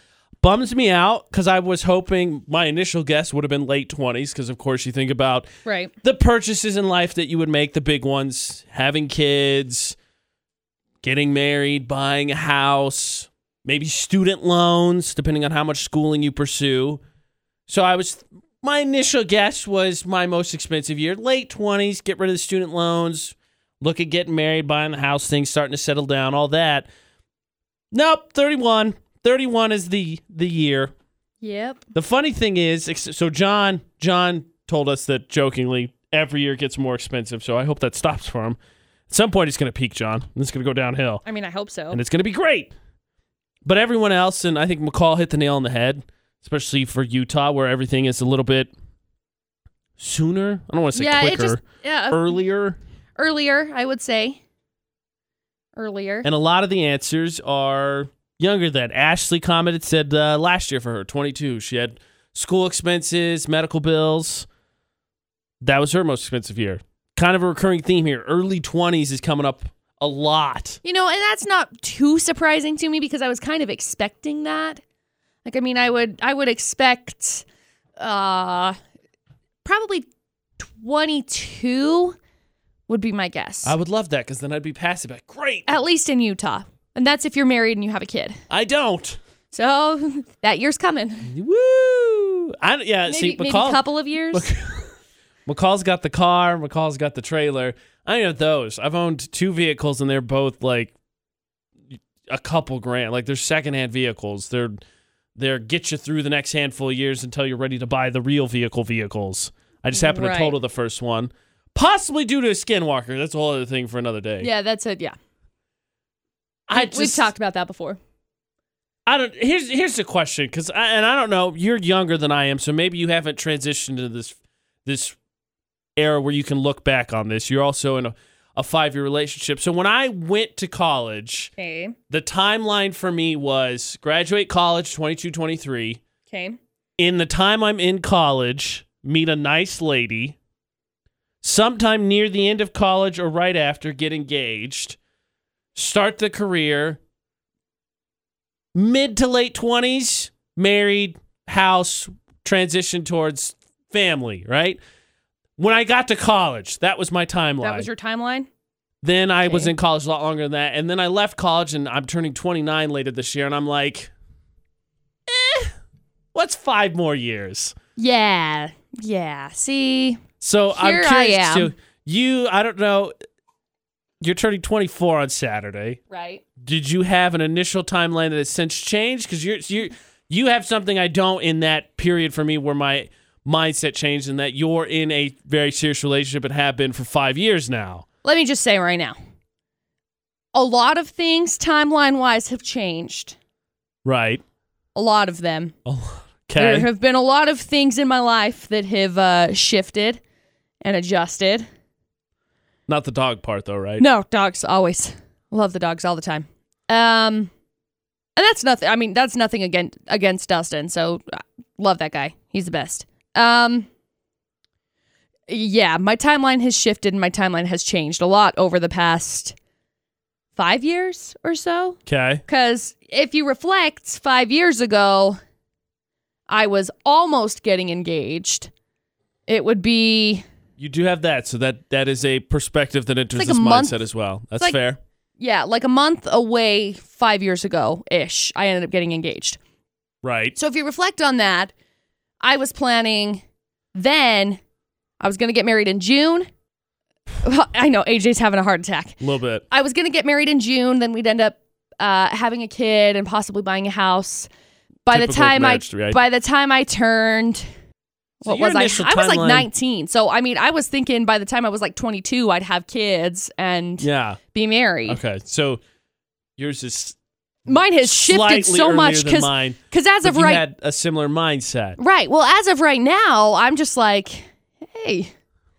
A: Bums me out because I was hoping my initial guess would have been late 20s because, of course, you think about
B: right.
A: the purchases in life that you would make, the big ones, having kids, getting married, buying a house, maybe student loans, depending on how much schooling you pursue. So I was my initial guess was my most expensive year, late twenties, get rid of the student loans, look at getting married, buying the house, things starting to settle down, all that. Nope, 31. 31 is the the year.
B: Yep.
A: The funny thing is, ex- so John John told us that jokingly every year gets more expensive. So I hope that stops for him. At some point, it's going to peak, John. And it's going to go downhill,
B: I mean, I hope so.
A: and it's going to be great. But everyone else, and I think McCall hit the nail on the head, especially for Utah, where everything is a little bit sooner. I don't want to say
B: yeah,
A: quicker, Er
B: it just yeah,
A: earlier.
B: earlier, I would say. Earlier.
A: And a lot of the answers are younger than. Ashley commented, said uh, last year for her, 22. She had school expenses, medical bills. That was her most expensive year. Kind of a recurring theme here. Early 20s is coming up a lot.
B: You know, and that's not too surprising to me because I was kind of expecting that. Like I mean, I would I would expect uh probably 22 would be my guess.
A: I would love that because then I'd be passive. Like, Great.
B: At least in Utah. And that's if you're married and you have a kid.
A: I don't.
B: So that year's coming.
A: Woo. I, don't- yeah,
B: Maybe,
A: see,
B: maybe
A: McCall,
B: a couple of years.
A: McCall's got the car. McCall's got the trailer. I have those. I've owned two vehicles, and they're both like a couple grand. Like they're secondhand vehicles. They're they're get you through the next handful of years until you're ready to buy the real vehicle vehicles. I just happened
B: Right.
A: to total the first one, possibly due to a skinwalker. That's a whole other thing for another day.
B: Yeah, that's it. Yeah.
A: I
B: We-
A: just,
B: We've talked about that before.
A: I don't. Here's here's the question, because I, and I don't know. You're younger than I am, so maybe you haven't transitioned to this this era where you can look back on this. You're also in a, a five year relationship. So when I went to college,
B: Okay.
A: the timeline for me was graduate college 22, 23.
B: Okay.
A: In the time I'm in college, meet a nice lady. Sometime near the end of college or right after, get engaged. Start the career. Mid to late 20s, married, house, transition towards family, right? When I got to college, that was my timeline.
B: timeline?
A: Then I was
B: Okay.
A: in college a lot longer than that. And then I left college and I'm turning 29 later this year. And I'm like, eh, what's five more years?
B: Yeah. Yeah. See?
A: So
B: Here
A: I'm
B: I
A: curious
B: am.
A: to you, I don't know. You're turning 24 on Saturday.
B: Right.
A: Did you have an initial timeline that has since changed? Because you're, you you have something I don't in that period for me where my mindset changed and that you're in a very serious relationship and have been for five years now.
B: Let me just say right now a lot of things timeline wise have changed.
A: Right.
B: A lot of them. There
A: Okay.
B: have been a lot of things in my life that have uh, shifted and adjusted.
A: Not the dog part though, right?
B: No, dogs always. Love the dogs all the time. Um and that's nothing I mean, that's nothing against against Dustin. So uh, love that guy. He's the best. Um Yeah, my timeline has shifted and my timeline has changed a lot over the past 5 years or so.
A: Okay.
B: Because if you reflect, five years ago, I was almost getting engaged. It would be,
A: You do have that, so that that is a perspective that enters
B: like a
A: this
B: month.
A: mindset as well. That's
B: like-
A: fair.
B: yeah, like a month away five years ago ish. I ended up getting engaged.
A: Right.
B: So if you reflect on that, I was planning then, I was going to get married in June. I know AJ's having a heart attack.
A: A little bit.
B: I was going to get married in June, then we'd end up uh, having a kid and possibly buying a house. By the
A: Typical
B: time I
A: marriage, right?
B: by the time I turned
A: So
B: what
A: your
B: was I?
A: initial
B: I was like
A: timeline-
B: 19. So I mean, I was thinking by the time I was like 22, I'd have kids and
A: Yeah.
B: be married.
A: Okay. So yours is
B: Mine has shifted
A: slightly
B: so
A: earlier
B: much
A: than
B: because
A: mine.
B: as
A: but
B: of
A: you
B: right
A: had a similar mindset.
B: right well as of right now, I'm just like, hey,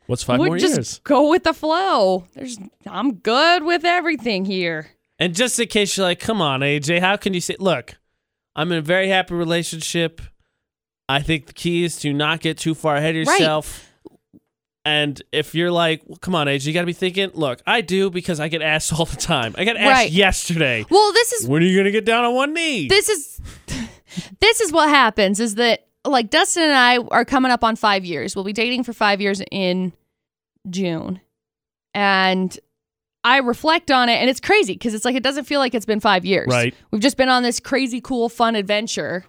A: What's five
B: we'll
A: more
B: just
A: years?
B: go with the flow. There's I'm good with everything here.
A: And just in case you're like, come on, AJ, how can you say? Look, I'm in a very happy relationship. I think the key is to not get too far ahead of
B: Right.
A: yourself. And if you're like, well, come on, AJ, you got to be thinking. Look, I do because I get asked all the time. I got asked
B: Right.
A: yesterday.
B: Well, this is
A: When are you gonna get down on one knee?
B: this is this is what happens is that like Dustin and I are coming up on five years. We'll be dating for five years in June, and I reflect on it, and it's crazy because it's like it doesn't feel like it's been five years.
A: Right.
B: We've just been on this crazy, cool, fun adventure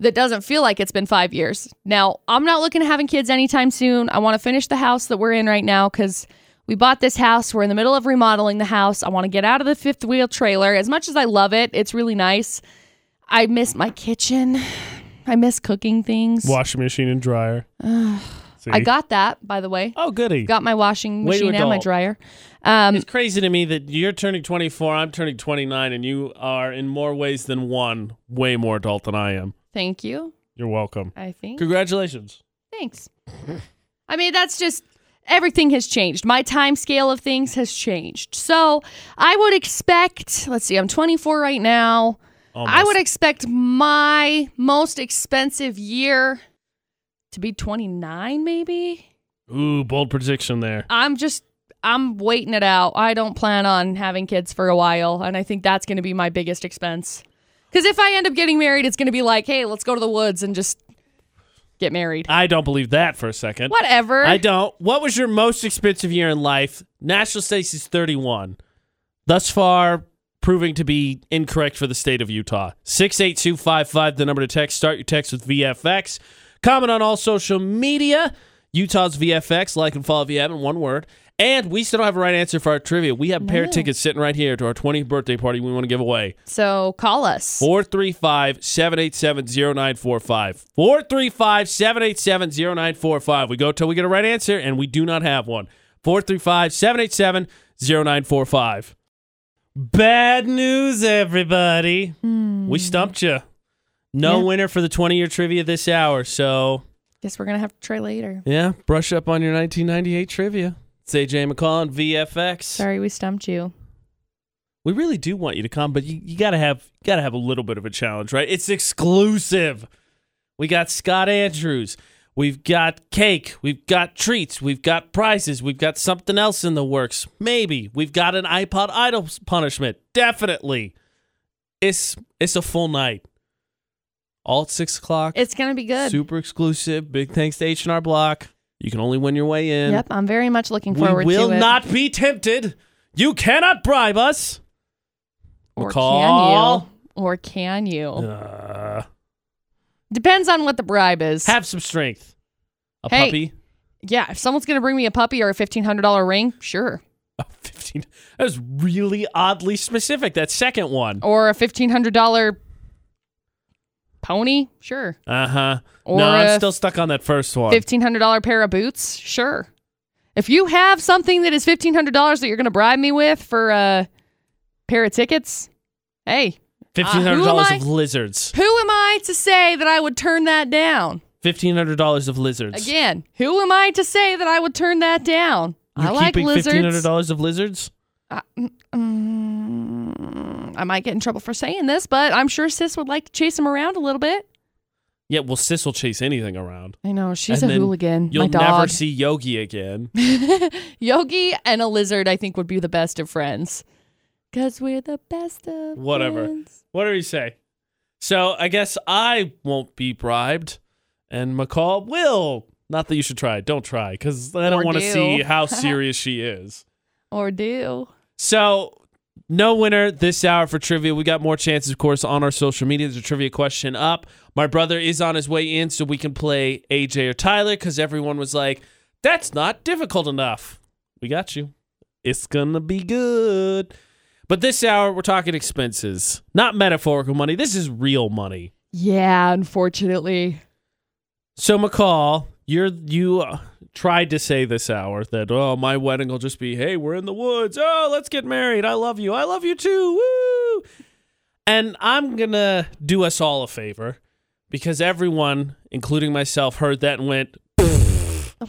B: that doesn't feel like it's been five years. Now, I'm not looking at having kids anytime soon. I want to finish the house that we're in right now because we bought this house. We're in the middle of remodeling the house. I want to get out of the fifth wheel trailer. As much as I love it, it's really nice. I miss my kitchen. I miss cooking things.
A: Washing machine and dryer. See?
B: I got that, by the way.
A: oh goody.
B: Got my washing
A: Way to
B: machine and my
A: adult.
B: dryer. Um,
A: it's crazy to me that you're turning 24, I'm turning 29, and you are in more ways than one way more adult than I am.
B: thank you.
A: You're welcome.
B: I think.
A: Congratulations.
B: Thanks. I mean, that's just everything has changed. My time scale of things has changed. So I would expect, let's see, I'm 24 right now. I would expect my most expensive year to be 29, maybe.
A: Ooh, bold prediction there.
B: I'm just, I'm waiting it out. I don't plan on having kids for a while. And I think that's going to be my biggest expense. Because if I end up getting married, it's going to be like, hey, let's go to the woods and just get married.
A: I don't believe that for a second.
B: Whatever.
A: I don't. What was your most expensive year in life? National Stacy's 31. Thus far, proving to be incorrect for the state of Utah. 68255, the number to text. Start your text with VFX. Comment on all social media. Utah's VFX. Like and follow if you haven't. One word. And we still don't have a right answer for our trivia. We have a pair of tickets sitting right here to our 20th birthday party we want to give away.
B: So call us.
A: 435 787 0945. 435 787 0945. We go till we get a right answer, and we do not have one. 435 787 0945. Bad news, everybody. We stumped you. No
B: Yeah.
A: winner for the 20 year trivia this hour. So,
B: Guess we're gonna have to try later.
A: yeah, brush up on your 1998 trivia. It's AJ McCall and VFX.
B: Sorry, we stumped you.
A: We really do want you to come, but you, you gotta have gotta have a little bit of a challenge, right? It's exclusive. We got Scott Andrews. We've got cake. We've got treats. We've got prizes. We've got something else in the works. Maybe we've got an iPod idol punishment. Definitely. It's it's a full night. All at six o'clock.
B: It's gonna be good.
A: super exclusive. Big thanks to H and R Block. You can only win your way in.
B: Yep, I'm very much looking
A: We
B: forward
A: will
B: to it.
A: not be tempted. You cannot bribe us.
B: Or
A: McCall.
B: can you? Or can you?
A: Uh,
B: Depends on what the bribe is.
A: have some strength. A
B: Hey.
A: puppy.
B: yeah, if someone's gonna bring me a puppy or a fifteen hundred dollar ring, sure.
A: A 15. Oh, That was really oddly specific, that second one.
B: Or a fifteen hundred dollar pony, sure.
A: Uh huh.
B: Or uh,
A: no, I'm
B: a
A: still stuck on that first one.
B: Fifteen hundred dollar pair of boots, sure. If you have something that is fifteen hundred dollars that you're gonna bribe me with for a pair of tickets, hey,
A: $1,500
B: who am
A: of
B: I?
A: lizards.
B: who am I to say that I would turn that down?
A: $1,500 of lizards.
B: Again, who am I to say that I would turn that down?
A: You're
B: I like
A: keeping
B: lizards.
A: $1,500 of lizards?
B: I, mm, mm, I might get in trouble for saying this, but I'm sure Sis would like to chase him around a little bit.
A: Yeah, well, Sis will chase anything around.
B: I know she's
A: And
B: a
A: then
B: hooligan.
A: You'll
B: my dog.
A: never see Yogi again.
B: Yogi and a lizard, I think, would be the best of friends. Because we're the best of
A: Whatever.
B: friends.
A: what did he say? So I guess I won't be bribed, and McCall will. Not that you should try. Don't try, because I don't
B: Or
A: want to
B: do.
A: see how serious she is.
B: Or do.
A: So, no winner this hour for trivia. We got more chances, of course, on our social media. There's a trivia question up. My brother is on his way in, so we can play AJ or Tyler because everyone was like, that's not difficult enough. We got you. It's going to be good. But this hour, we're talking expenses, not metaphorical money. This is real money.
B: Yeah, unfortunately.
A: So, McCall, you're, you uh, tried to say this hour that, oh, my wedding will just be, hey, we're in the woods. Oh, let's get married. I love you. I love you too. Woo. And I'm going to do us all a favor because everyone, including myself, heard that and went,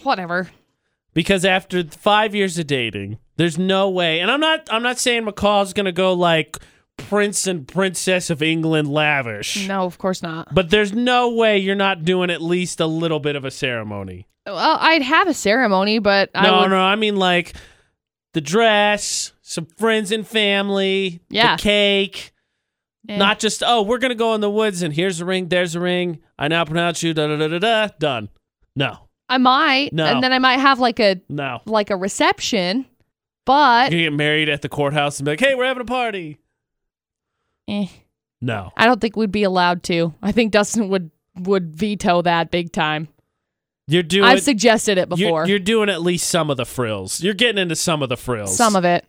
B: Whatever.
A: because after five years of dating, there's no way. And I'm not. I'm not saying McCall's gonna go like Prince and Princess of England lavish.
B: No, of course not.
A: But there's no way you're not doing at least a little bit of a ceremony.
B: Well, I'd have a ceremony, but
A: no,
B: I would.
A: no. I mean like the dress, some friends and family,
B: Yeah.
A: the cake.
B: eh.
A: Not just oh, we're gonna go in the woods and here's a ring, there's a ring. I now pronounce you da da da da da. Done. No,
B: I might.
A: No.
B: And then I might have like a
A: no.
B: like a reception, but
A: You're gonna get married at the courthouse and be like, hey, we're having a party.
B: eh,
A: No.
B: I don't think we'd be allowed to. I think Dustin would would veto that big time.
A: You're doing
B: I've suggested it
A: you're-
B: before.
A: You're, doing at least some of the frills. You're getting into some of the frills.
B: Some of it.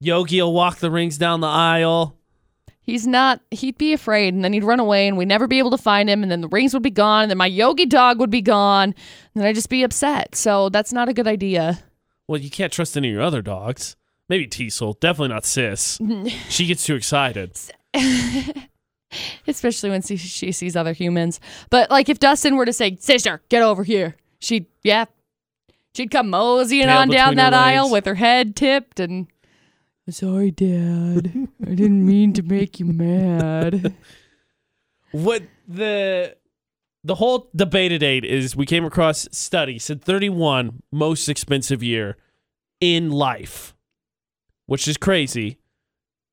A: Yogi will walk the rings down the aisle.
B: He's not. He'd be afraid, and then he'd run away, and we'd never be able to find him. And then the rings would be gone, and then my yogi dog would be gone, and then I'd just be upset. So that's not a good idea.
A: Well, you can't trust any of your other dogs. Maybe Teasel, definitely not Sis. she gets too excited.
B: Especially when she, she sees other humans. But like, if Dustin were to say, "Sister, get over here," she'd yeah, she'd come moseying
A: Tail
B: on down
A: between her
B: that aisle
A: legs.
B: with her head tipped and. Sorry, Dad. I didn't mean to make you mad.
A: What the the whole debate at eight is we came across study said 31 most expensive year in life, which is crazy.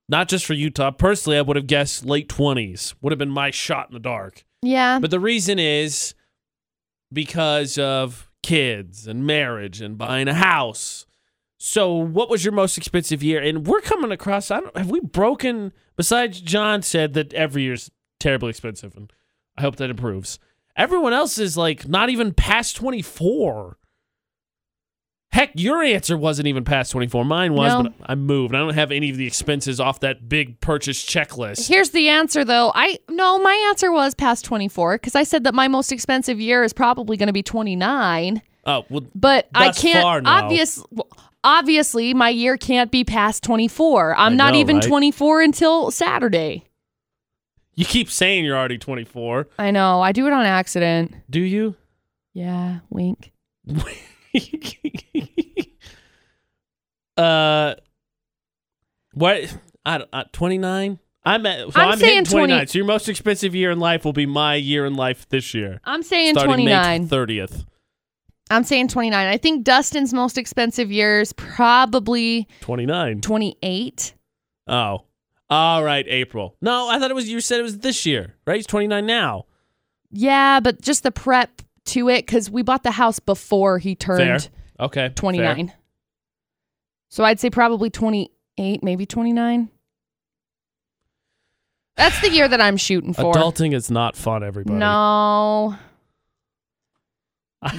A: Not just for Utah. Personally, I would have guessed late 20s would have been my shot in the dark.
B: Yeah.
A: But the reason is because of kids and marriage and buying a house. So, what was your most expensive year? And we're coming across. I don't have we broken. Besides, John said that every year's terribly expensive, and I hope that improves. Everyone else is like not even past twenty four. Heck, your answer wasn't even past twenty four. Mine was,
B: No.
A: but I moved. I don't have any of the expenses off that big purchase checklist.
B: Here's the answer though. I no, my answer was past 24 cuz I said that my most expensive year is probably going to be 29,
A: Oh well,
B: but I
A: Thus
B: can't
A: far, no.
B: obvious- obviously my year can't be past 24. I'm
A: I
B: not
A: know,
B: even
A: right?
B: 24 until Saturday.
A: you keep saying you're already twenty four.
B: I know. I do it on accident.
A: Do you?
B: Yeah, wink.
A: uh, what? I don't. Twenty nine. I'm at. So
B: I'm
A: I'm,
B: saying
A: twenty
B: 20
A: nine. So your most expensive year in life will be my year in life this year,
B: I'm saying
A: starting
B: 29.
A: thirtieth.
B: I'm saying 29. I think Dustin's most expensive year is probably
A: Twenty nine.
B: 28.
A: Oh, all right, April. No, I thought it was. You said it was this year, right? He's twenty nine now.
B: Yeah, but just the prep to it cuz we bought the house before he turned
A: Fair. Okay. fair.
B: 29. So I'd say probably 28, maybe 29. That's the year that I'm shooting for.
A: Adulting is not fun, everybody.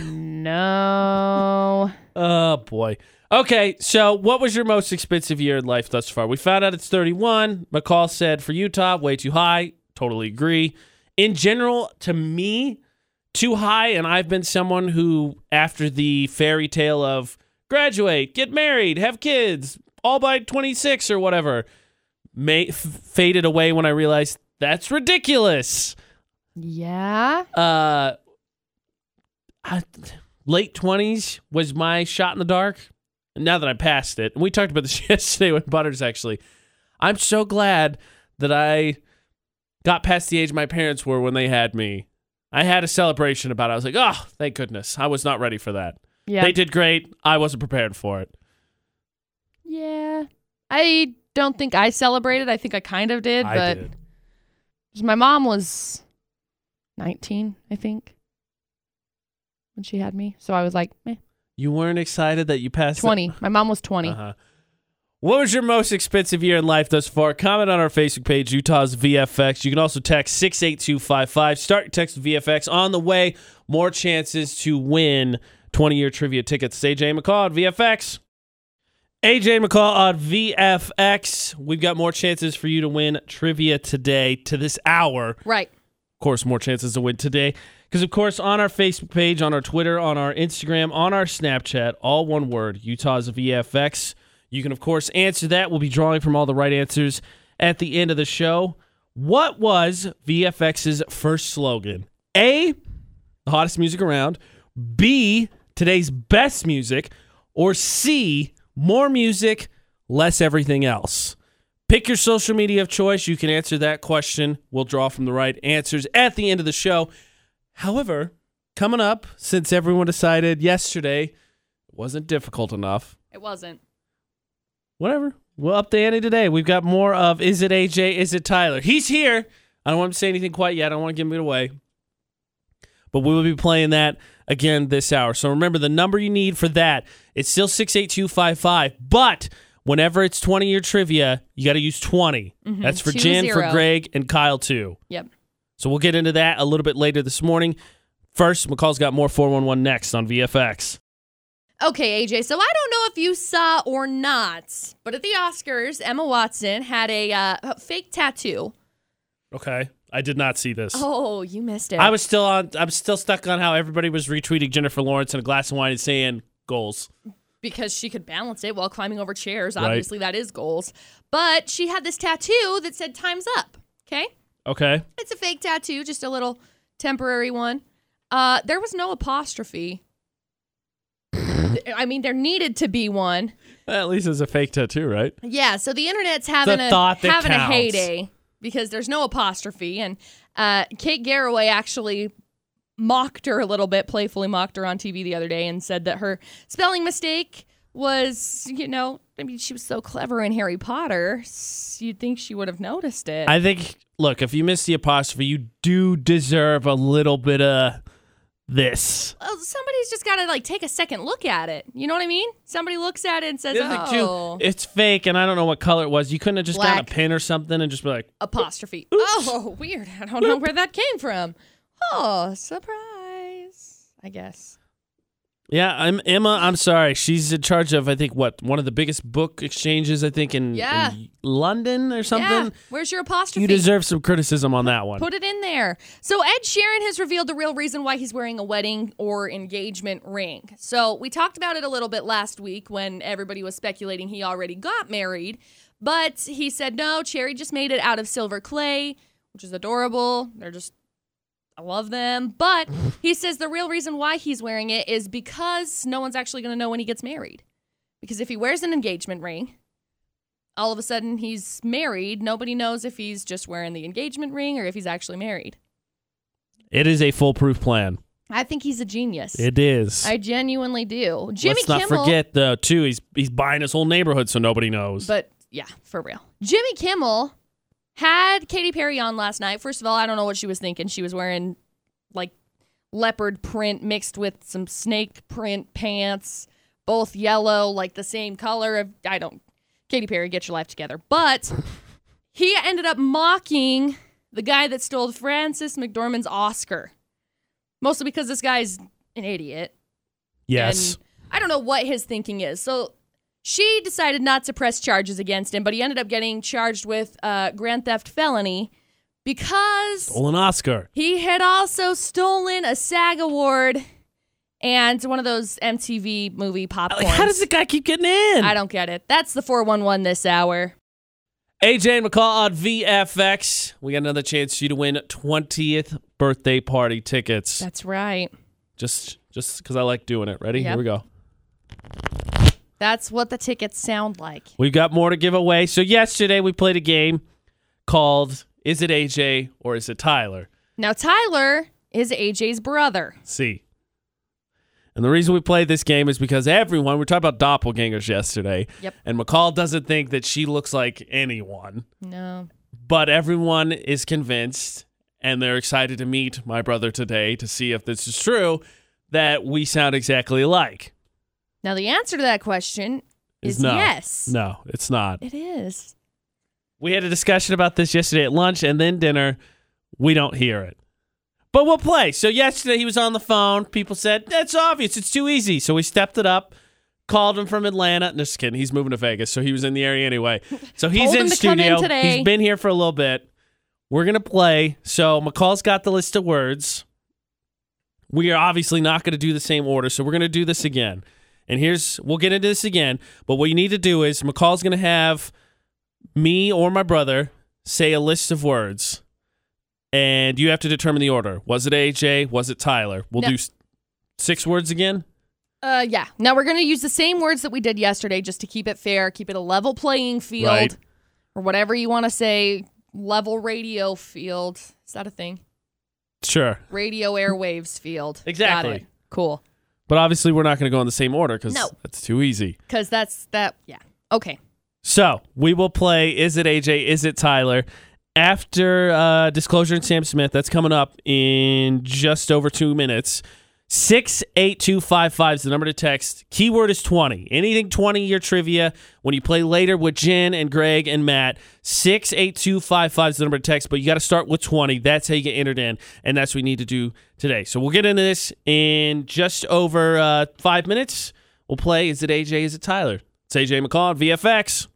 B: No. no.
A: Oh boy. Okay, so what was your most expensive year in life thus far? We found out it's 31. McCall said for Utah, way too high. Totally agree. In general, to me, too high, and I've been someone who, after the fairy tale of graduate, get married, have kids, all by 26 or whatever, may, f- faded away when I realized that's ridiculous
B: Yeah.
A: uh I, late 20s was my shot in the dark and now that i passed it and we talked about this yesterday with butters actually i'm so glad that i got past the age my parents were when they had me i had a celebration about it i was like oh thank goodness i was not ready for that
B: Yeah.
A: they did great i wasn't prepared for it
B: yeah. I don't think I celebrated. I think I kind of did,
A: i
B: but
A: did
B: my mom was 19, I think, when she had me. So I was like, meh.
A: you weren't excited that you passed the-
B: 20. My mom was 20.
A: Uh-huh. What was your most expensive year in life thus far? Comment on our Facebook page, Utah's VFX. You can also text 68255. Start your text with VFX. On the way, more chances to win 20 year trivia tickets. It's AJ McCall at VFX. AJ McCall on VFX. We've got more chances for you to win trivia today to this hour
B: Right.
A: of course, more chances to win today. Because, of course, on our Facebook page, on our Twitter, on our Instagram, on our Snapchat, all one word, Utah's VFX. You can, of course, answer that. We'll be drawing from all the right answers at the end of the show. What was VFX's first slogan? A, the hottest music around. B, today's best music. Or C, more music, less everything else. Pick your social media of choice. You can answer that question. We'll draw from the right answers at the end of the show. However, coming up, since everyone decided yesterday it wasn't difficult enough,
B: It wasn't.
A: whatever. We'll up the ante today. We've got more of Is It AJ? Is It Tyler? He's here. I don't want him to say anything quite yet. I don't want to give him it away. But we will be playing that again this hour. So remember the number you need for that. It's still 68255. But whenever it's 20 year trivia, you got to use 20. That's for
B: Mm-hmm. Two
A: Jen, for
B: zero.
A: Greg, and Kyle too.
B: Yep.
A: So we'll get into that a little bit later this morning. First, McCall's got more 411 next on VFX.
B: Okay, AJ. So I don't know if you saw or not, but at the Oscars, Emma Watson had a uh, fake tattoo.
A: Okay. I did not see this.
B: Oh, you missed it.
A: I was still on. I'm still stuck on how everybody was retweeting Jennifer Lawrence and a glass of wine and saying goals.
B: because she could balance it while climbing over chairs.
A: Right.
B: Obviously, that is goals. But she had this tattoo that said "Time's Up." Okay,
A: Okay.
B: it's a fake tattoo, just a little temporary one. Uh, there was no apostrophe. I mean, there needed to be one.
A: At least it's a fake tattoo, right?
B: Yeah, so the internet's having a
A: thought that
B: having
A: counts.
B: a heyday because there's no apostrophe, and uh, Kate Garraway actually mocked her a little bit, playfully mocked her on TV the other day, and said that her spelling mistake was, you know, I mean, she was so clever in Harry Potter, s- you'd think she would have noticed it.
A: I think. Look, if you miss the apostrophe, you do deserve a little bit of this.
B: well, somebody's just got to like take a second look at it. You know what I mean? Somebody looks at it and says,
A: The other two,
B: "Oh,
A: It's fake, and I don't know what color it was. You couldn't have just got a
B: Black.
A: pin or something and just be like,
B: apostrophe." Oh, weird. I don't know where that came from. Oh, surprise. I guess.
A: "Yeah, I'm Emma. I'm sorry." She's in charge of, I think, what one of the biggest book exchanges, I think, in,
B: Yeah.
A: in London or
B: Yeah.
A: something.
B: Where's your apostrophe?
A: You deserve some criticism on that one.
B: Put it in there. So Ed Sheeran has revealed the real reason why he's wearing a wedding or engagement ring. So we talked about it a little bit last week when everybody was speculating he already got married, but he said no, Cherry just made it out of silver clay, which is adorable. They're just I love them, but he says the real reason why he's wearing it is because no one's actually going to know when he gets married. Because if he wears an engagement ring, all of a sudden he's married. Nobody knows if he's just wearing the engagement ring or if he's actually married.
A: It is a foolproof plan.
B: I think he's a genius.
A: It is.
B: I genuinely do. Jimmy
A: Let's not
B: Kimmel.
A: forget though too. He's he's buying his whole neighborhood, so nobody knows.
B: But yeah, for real. Jimmy Kimmel had Katy Perry on last night. First of all, I don't know what she was thinking. She was wearing like leopard print mixed with some snake print pants. both yellow, like the same color of I don't Katy Perry, get your life together. But he ended up mocking the guy that stole Francis McDormand's Oscar. Mostly because this guy's an idiot.
A: Yes.
B: And I don't know what his thinking is. So she decided not to press charges against him, but he ended up getting charged with uh, grand theft felony because
A: Stolen Oscar.
B: he had also stolen a SAG award and one of those MTV movie popcorns.
A: Like, how does the guy keep getting in?
B: I don't get it. That's the 411 this hour.
A: AJ and McCall on VFX. We got another chance for you to win 20th birthday party tickets.
B: That's right.
A: just just because I like doing it. Ready? Here
B: Yep.
A: we go.
B: That's what the tickets sound like.
A: We've got more to give away. So yesterday we played a game called Is it AJ or is it Tyler?
B: Now, Tyler is AJ's brother.
A: See. And the reason we played this game is because everyone, we were talking about doppelgangers yesterday.
B: Yep.
A: And McCall doesn't think that she looks like anyone,
B: No.
A: but everyone is convinced and they're excited to meet my brother today to see if this is true that we sound exactly alike.
B: Now, the answer to that question is
A: no.
B: yes.
A: No, it's not.
B: It is.
A: We had a discussion about this yesterday at lunch and then dinner. We don't hear it. But we'll play. So yesterday he was on the phone. People said, that's obvious. It's too easy. So we stepped it up, called him from Atlanta. No, just kidding. He's moving to Vegas. So he was in the area anyway. So he's
B: Told
A: in
B: him to come in
A: studio.
B: today.
A: He's been here for a little bit. We're going to play. So McCall's got the list of words. We are obviously not going to do the same order. So we're going to do this again. And here's, we'll get into this again. But what you need to do is McCall's going to have me or my brother say a list of words, and you have to determine the order. Was it AJ? Was it Tyler? We'll
B: No.
A: do s- six words again.
B: Uh, yeah. Now we're going to use the same words that we did yesterday just to keep it fair, keep it a level playing field,
A: Right.
B: or whatever you want to say, level radio field. Is that a thing?
A: Sure,
B: Radio airwaves field. Got
A: Exactly.
B: it. Cool.
A: but obviously we're not going to go in the same order because
B: No.
A: that's too easy.
B: Because that's that. Yeah. Okay.
A: So we will play. Is it AJ? Is it Tyler? After uh, Disclosure and Sam Smith, that's coming up in just over two minutes. 68255 is the number to text. Keyword is 20. Anything 20 your trivia. When you play later with Jen and Greg and Matt, 68255 is the number to text, but you got to start with 20. That's how you get entered in, and that's what we need to do today. So we'll get into this in just over uh, five minutes. We'll play Is It AJ? Is It Tyler? It's AJ McCall at VFX.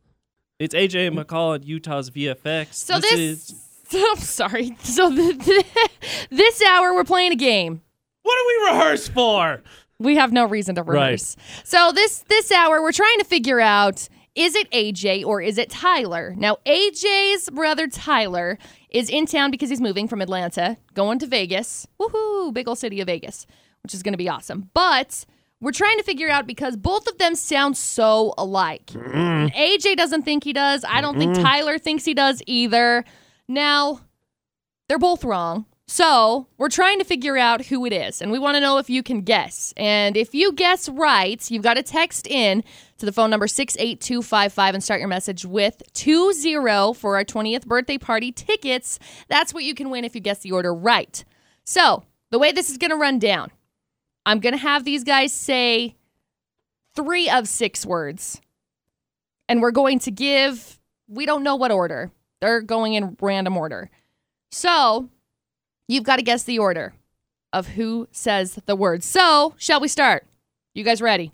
D: It's AJ McCall at Utah's VFX.
B: So this.
D: is
B: I'm sorry. So th- this hour we're playing a game.
A: What do we rehearse for?
B: We have no reason to rehearse. So this this hour we're trying to figure out is it AJ or is it Tyler? Now AJ's brother Tyler is in town because he's moving from Atlanta, going to Vegas. Woohoo, big old city of Vegas, which is going to be awesome. But we're trying to figure out because both of them sound so alike. AJ doesn't think he does. I don't think Tyler thinks he does either. Now, they're both wrong. So we're trying to figure out who it is, and we want to know if you can guess. And if you guess right, you've got to text in to the phone number 68255 and start your message with 20 for our 20th birthday party tickets. That's what you can win if you guess the order right. So the way this is going to run down, I'm going to have these guys say three of six words, and we're going to give, we don't know what order. They're going in random order. So you've got to guess the order of who says the word. So shall we start? You guys ready?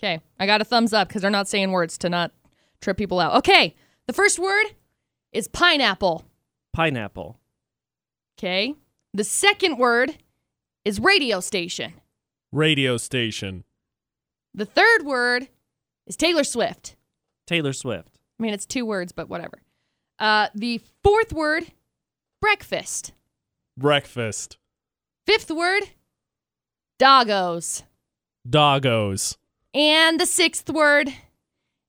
B: Okay. I got a thumbs up because they're not saying words to not trip people out. Okay. The first word is pineapple.
D: pineapple,
B: Okay. The second word is radio station.
A: Radio station.
B: The third word is Taylor Swift.
D: Taylor Swift,
B: I mean, it's two words, but whatever. Uh, the fourth word, breakfast.
A: Breakfast.
B: Fifth word, doggos.
A: Doggos.
B: And the sixth word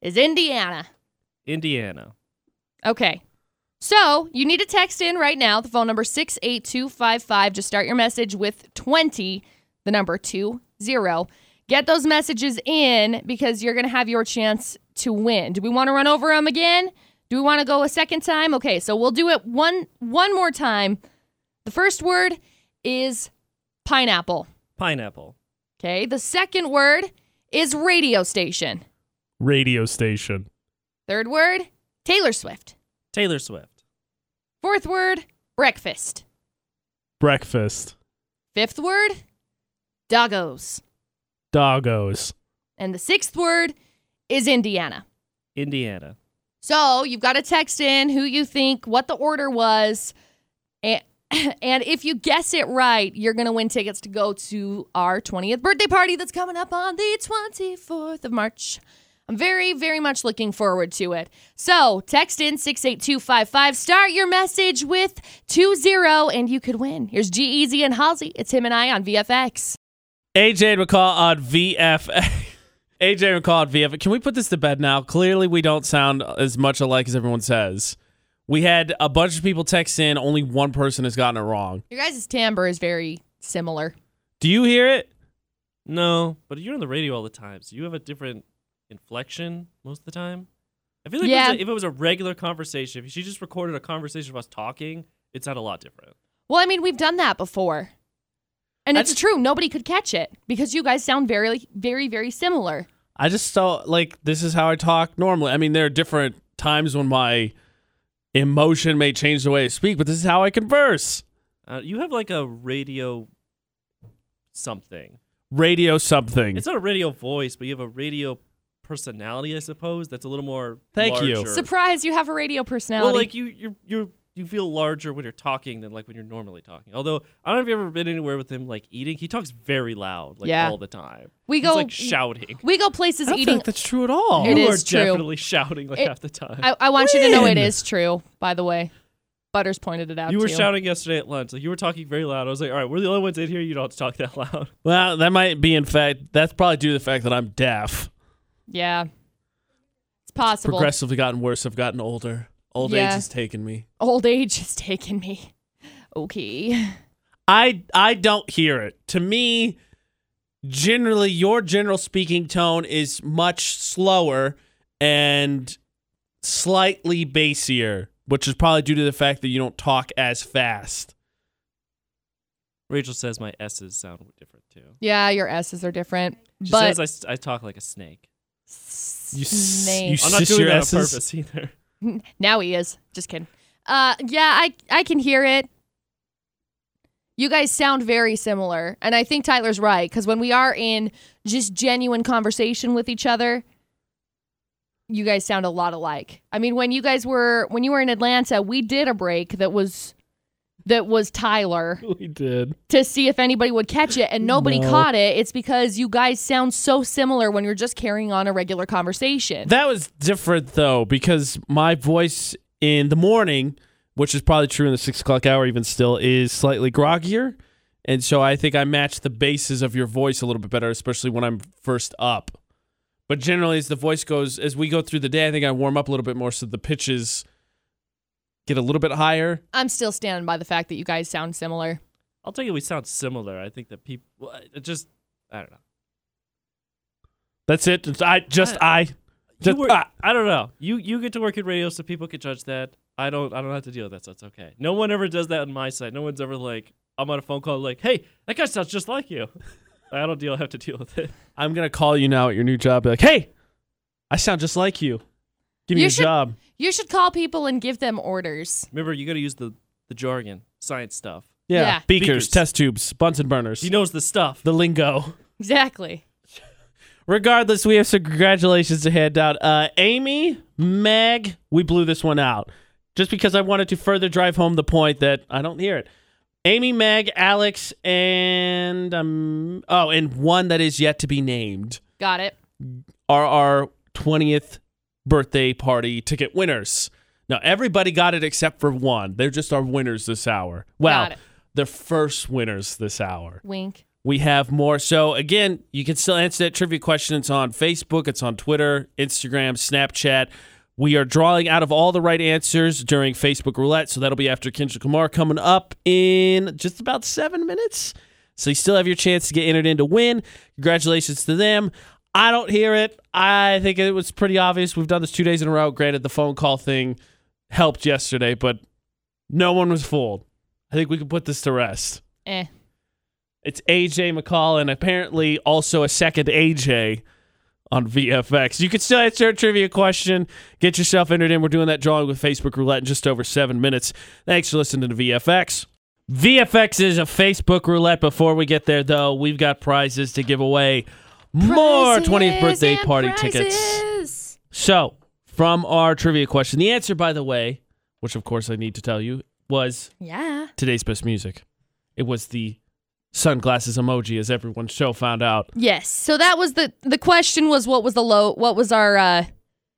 B: is Indiana.
D: Indiana.
B: Okay. So you need to text in right now. The phone number 68255. Just start your message with 20, the number 20. Get those messages in because you're going to have your chance to win. Do we want to run over them again? Do we want to go a second time? Okay, so we'll do it one one more time. The first word is pineapple.
D: Pineapple,
B: Okay. The second word is radio station.
E: Radio station.
B: Third word, Taylor Swift.
A: Taylor Swift.
B: Fourth word, breakfast.
E: Breakfast.
B: Fifth word, doggos.
E: Doggos.
B: And the sixth word is Indiana.
A: Indiana.
B: So you've got to text in who you think, what the order was, and, and if you guess it right, you're going to win tickets to go to our 20th birthday party that's coming up on the 24th of March. I'm very, very much looking forward to it. So text in 68255. Start your message with 20 and you could win. Here's G Easy and Halsey. It's him and I on VFX.
D: AJ and McCall on VFA. AJ and McCall on VFA. Can we put this to bed now? Clearly, we don't sound as much alike as everyone says. We had a bunch of people text in. Only one person has gotten it wrong.
B: Your guys' timbre is very similar.
D: Do you hear it?
A: No, but you're on the radio all the time, so you have a different inflection most of the time. I feel like if it was
B: Yeah.
A: a- if it was a regular conversation, if she just recorded a conversation of us talking, it sounded a lot different.
B: Well, I mean, we've done that before. And
D: I
B: it's
D: just-
B: true, nobody could catch it because you guys sound very, very, very similar.
D: I just felt like this is how I talk normally. I mean, there are different times when my emotion may change the way I speak, but this is how I converse.
A: Uh, you have like a radio something.
D: Radio something.
A: It's not a radio voice, but you have a radio personality, I suppose. That's a little more.
D: Thank you.
A: larger.
B: Surprise, you have a radio personality.
A: Well, like you, you, you, you feel larger when you're talking than like when you're normally talking. Although I don't know if you've ever been anywhere with him like eating. He talks very loud, like
B: Yeah.
A: all the time.
B: We
A: He's,
B: go-
A: like shouting.
B: we go places
D: I don't
B: eating.
D: think that's true at all.
B: It
A: you
B: is
A: are
B: true.
A: definitely shouting like
B: It-
A: half the time.
B: I, I want you to know
D: When?
B: it is true, by the way. Butters pointed it out.
A: you were
B: too.
A: shouting yesterday at lunch. Like you were talking very loud. I was like, all right, we're the only ones in here. You don't have to talk that loud.
D: Well, that might be, in fact, that's probably due to the fact that I'm deaf.
B: Yeah. It's possible.
D: Progressively gotten worse. I've gotten older. Old
B: Yeah.
D: age has taken me.
B: Old age has taken me. Okay.
D: I I don't hear it. To me, generally your general speaking tone is much slower and slightly bassier, which is probably due to the fact that you don't talk as fast.
A: Rachel says my S's sound different too.
B: Yeah, your S's are different.
A: She
B: but
A: says I s- I, talk like a snake.
D: You s-
B: Snake.
D: you
A: I'm not
D: Sis,
A: doing
D: your
A: that
D: S's?
A: on purpose either.
B: Now he is. Just kidding. Uh, yeah, I I can hear it. You guys sound very similar, and I think Tyler's right because when we are in just genuine conversation with each other, you guys sound a lot alike. I mean, when you guys were when you were in Atlanta, we did a break that was that was Tyler
E: We did.
B: to see if anybody would catch it, and nobody
E: No.
B: caught it. It's because you guys sound so similar when you're just carrying on a regular conversation.
D: That was different though, because my voice in the morning, which is probably true in the six o'clock hour even still, is slightly groggier. And so I think I match the bases of your voice a little bit better, especially when I'm first up. But generally as the voice goes as we go through the day, I think I warm up a little bit more so the pitches get a little bit higher.
B: I'm still standing by the fact that you guys sound similar.
A: I'll tell you, we sound similar. I think that people well, I- it just I don't know.
D: That's it. It's I just I,
A: You
D: just,
A: work-
D: ah.
A: I don't know. You you get to work in radio, so people can judge that. I don't. I don't have to deal with that, so it's okay. No one ever does that on my side. No one's ever like, I'm on a phone call, like, hey, that guy sounds just like you. I don't deal. have to deal with it.
D: I'm gonna call you now at your new job, be like, Hey, I sound just like you. Give me
B: You
D: a
B: should-
D: job.
B: You should call people and give them orders.
A: Remember, you got to use the the jargon, science stuff.
D: Yeah.
B: Yeah.
D: Beakers,
A: Beakers.
D: test tubes, Bunsen burners.
A: He knows the stuff.
D: the lingo.
B: Exactly.
D: Regardless, we have some congratulations to hand out. Uh, Amy, Meg, we blew this one out just because I wanted to further drive home the point that I don't hear it. Amy, Meg, Alex, and um, oh, and one that is yet to be named
B: Got it.
D: are our 20th birthday party ticket winners. Now, everybody got it except for one. They're just our winners this hour. Well,
B: Got it.
D: the first winners this hour
B: Wink.
D: we have more. So again, you can still answer that trivia question. It's on Facebook, it's on Twitter, Instagram, Snapchat. We are drawing out of all the right answers during Facebook Roulette, so that'll be after Kendrick Lamar coming up in just about seven minutes. So you still have your chance to get entered in to win. Congratulations to them. I don't hear it. I think it was pretty obvious. We've done this two days in a row. Granted, the phone call thing helped yesterday, but no one was fooled. I think we can put this to rest.
B: Eh.
D: It's AJ McCall and apparently also a second AJ on VFX. You can still answer a trivia question. Get yourself entered in. We're doing that drawing with Facebook Roulette in just over seven minutes. Thanks for listening to VFX. VFX is a Facebook Roulette. Before we get there, though, we've got prizes to give away. More 20th birthday party tickets.
B: tickets.
D: So, from our trivia question, the answer, by the way, which of course I need to tell you, was
B: Yeah.
D: today's best music. It was the sunglasses emoji, as everyone so found out
B: Yes. So that was the the question was what was the low what was our uh,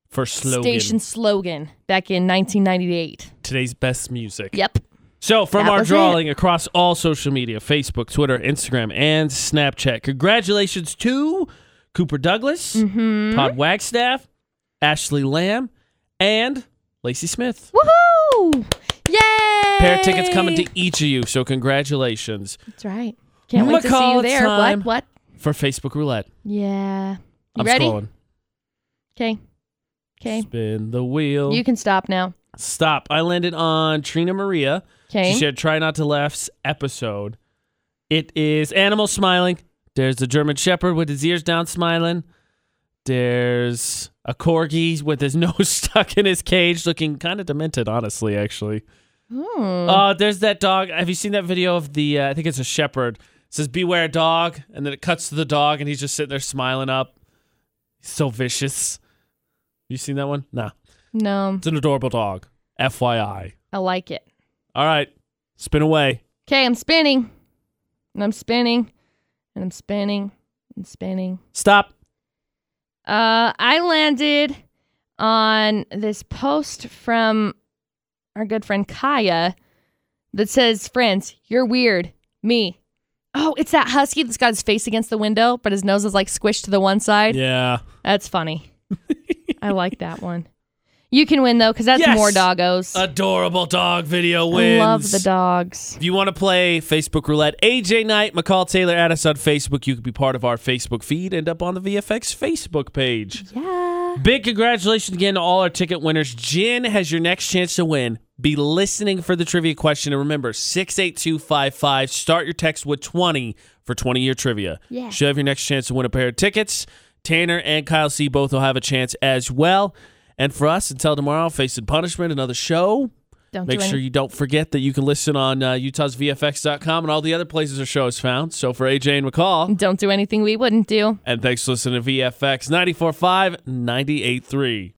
D: for slogan.
B: station slogan back in 1998.
D: Today's best music.
B: Yep.
D: So, from
B: That
D: our
B: was
D: drawing across all social media Facebook, Twitter, Instagram, and Snapchat, congratulations to Cooper Douglas,
B: Mm-hmm.
D: Todd Wagstaff, Ashley Lamb, and Lacey Smith.
B: Woohoo! Yay!
D: Pair of tickets coming to each of you, so congratulations
B: That's right. Can't wait to see
D: McCall,
B: you
D: it's
B: there.
D: time.
B: What? What?
D: for Facebook Roulette.
B: Yeah. You
D: I'm
B: ready?
D: scrolling.
B: Okay. Okay.
D: Spin the wheel.
B: You can stop now.
D: Stop. I landed on Trina Maria.
B: Okay.
D: She said, "Try not to laugh's episode." It is animal smiling. There's a German Shepherd with his ears down, smiling. There's a corgi with his nose stuck in his cage, looking kind of demented, honestly. Actually,
B: Hmm.
D: uh, there's that dog. Have you seen that video of the? Uh, I think it's a shepherd. It says "Beware dog," and then it cuts to the dog, and he's just sitting there smiling up. He's so vicious. You seen that one? Nah.
B: no,
D: It's an adorable dog. FYI.
B: I like it.
D: All right, spin away.
B: Okay, I'm spinning. And I'm spinning. And I'm spinning. And spinning.
D: Stop.
B: Uh, I landed on this post from our good friend Kaya that says, Friends, you're weird. Me. Oh, it's that husky that's got his face against the window, but his nose is like squished to the one side.
D: Yeah.
B: That's funny. I like that one. You can win, though, because that's
D: Yes!
B: more doggos.
D: Adorable dog video
B: I
D: wins.
B: love the dogs.
D: If you want to play Facebook Roulette, AJ Knight, McCall Taylor, add us on Facebook. You can be part of our Facebook feed and up on the VFX Facebook page.
B: Yeah.
D: Big congratulations again to all our ticket winners. Jen has your next chance to win. Be listening for the trivia question. And remember, 68255, start your text with 20 for 20 year trivia.
B: Yeah.
D: She'll have your next chance to win a pair of tickets. Tanner and Kyle C. both will have a chance as well. And for us, until tomorrow, Facing Punishment, another show.
B: Don't
D: Make
B: do
D: sure
B: any-
D: you don't forget that you can listen on uh, utahsvfx.com and all the other places our show is found. So for AJ and McCall.
B: Mm. Don't do anything we wouldn't do.
D: And thanks for listening to VFX 94.5, 98.3.